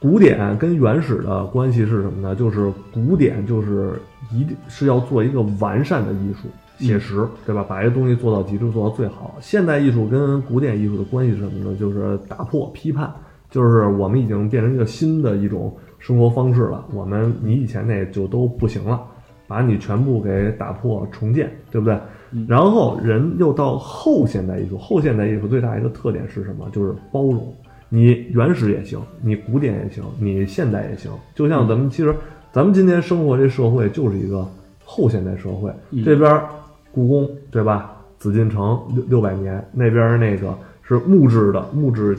古典跟原始的关系是什么呢？就是古典就是一定是要做一个完善的艺术，写实，对吧？把这东西做到极致，做到最好。现代艺术跟古典艺术的关系是什么呢？就是打破、批判，就是我们已经变成一个新的一种生活方式了。我们你以前那就都不行了，把你全部给打破重建，对不对？然后人又到后现代艺术，后现代艺术最大一个特点是什么？就是包容。你原始也行，你古典也行，你现代也行。就像咱们其实，咱们今天生活这社会就是一个后现代社会，这边儿故宫对吧？紫禁城六六百年，那边儿那个是木质的木质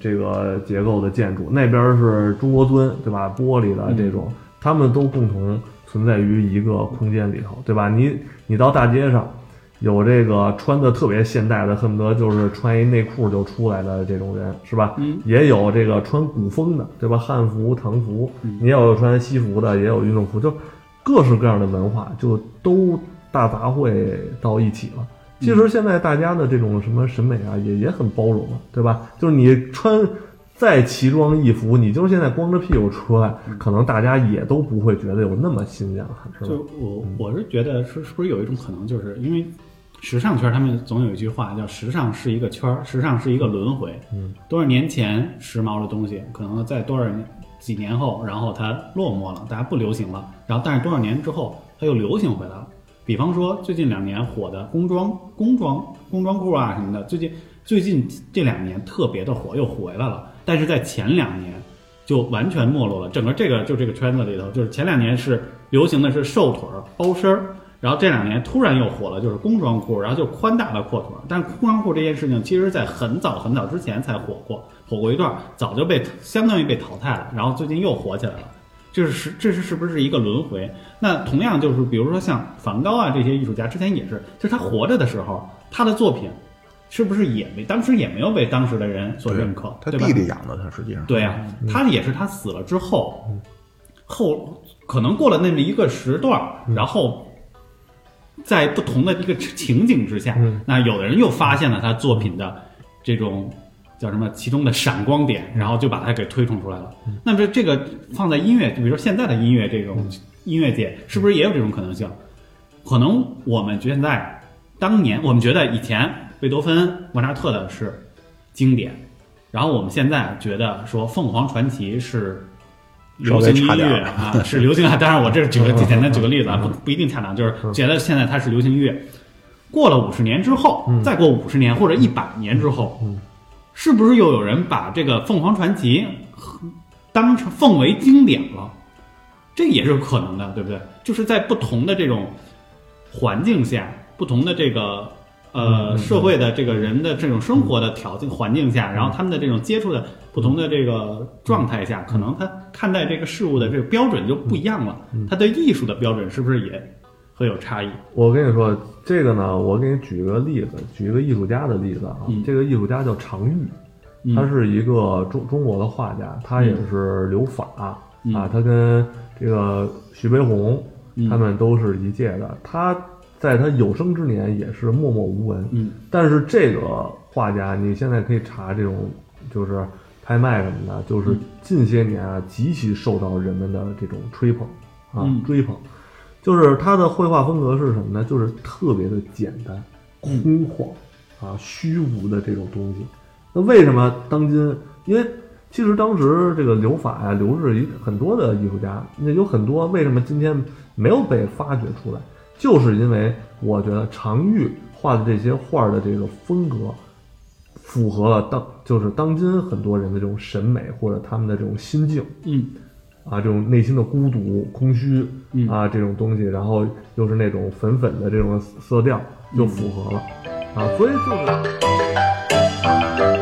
这个结构的建筑，那边儿是中国尊对吧？玻璃的这种，它们都共同存在于一个空间里头，对吧？你你到大街上，有这个穿的特别现代的，恨不得就是穿一内裤就出来的这种人，是吧？嗯，也有这个穿古风的，对吧？汉服、唐服，嗯也有穿西服的，也有运动服，就各式各样的文化就都大杂烩到一起了。啊其实现在大家的这种什么审美啊，也也很包容了，对吧？就是你穿再奇装异服，你就是现在光着屁股出来，可能大家也都不会觉得有那么新鲜了，是吧嗯嗯就？我我是觉得是是不是有一种可能，就是因为时尚圈儿他们总有一句话叫“时尚是一个圈儿，时尚是一个轮回”。嗯，多少年前时髦的东西，可能在多少年几年后，然后它落寞了，大家不流行了，然后但是多少年之后，它又流行回来了。比方说最近两年火的工装、工装、工装裤啊什么的，最近最近这两年特别的火，又回来了。但是在前两年，就完全没落了。整个这个就这个圈子里头，就是前两年是流行的是瘦腿儿、包身儿，然后这两年突然又火了，就是工装裤，然后就宽大的阔腿儿。但是工装裤这件事情，其实在很早很早之前才火过，火过一段儿，早就被相当于被淘汰了，然后最近又火起来了。这是是这是是不是一个轮回？那同样就是，比如说像梵高啊这些艺术家，之前也是，就是他活着的时候，他的作品是不是也没当时也没有被当时的人所认可？他对吧弟弟养的他，实际上对呀、啊他也是他死了之后，后可能过了那么一个时段儿，然后在不同的一个情景之下，嗯那有的人又发现了他作品的这种叫什么其中的闪光点，然后就把它给推崇出来了。那么这这个放在音乐，就比如说现在的音乐这种音乐界，是不是也有这种可能性？可能我们现在当年我们觉得以前贝多芬、莫扎特的是经典，然后我们现在觉得说凤凰传奇是稍流微行音差点乐儿嗯啊，是流行啊。当然，我这是举个简单举个例子啊，不不一定恰当，就是觉得现在它是流行音乐。过了五十年之后，嗯再过五十年或者一百年之后，是不是又有人把这个凤凰传奇当成奉为经典了？这也是可能的，对不对？就是在不同的这种环境下，不同的这个嗯呃社会的这个人的这种生活的条件环境下，然后他们的这种接触的不同的这个状态下，可能他看待这个事物的这个标准就不一样了。嗯他对艺术的标准是不是也会有差异？我跟你说，这个呢，我给你举个例子，举一个艺术家的例子啊。嗯这个艺术家叫常玉，嗯他是一个中中国的画家，他也是留法、嗯啊，他跟这个徐悲鸿、嗯他们都是一届的。他在他有生之年也是默默无闻，嗯但是这个画家，你现在可以查这种就是拍卖什么的，就是近些年啊，极其受到人们的这种吹捧啊、嗯追捧。就是他的绘画风格是什么呢？就是特别的简单、空旷啊、虚无的这种东西。那为什么当今？因为其实当时这个留法呀、留日很多的艺术家，那有很多为什么今天没有被发掘出来，就是因为我觉得常玉画的这些画儿的这个风格，符合了当就是当今很多人的这种审美或者他们的这种心境嗯啊，这种内心的孤独、空虚嗯啊这种东西，然后又是那种粉粉的这种色调，就符合了啊，所以就是。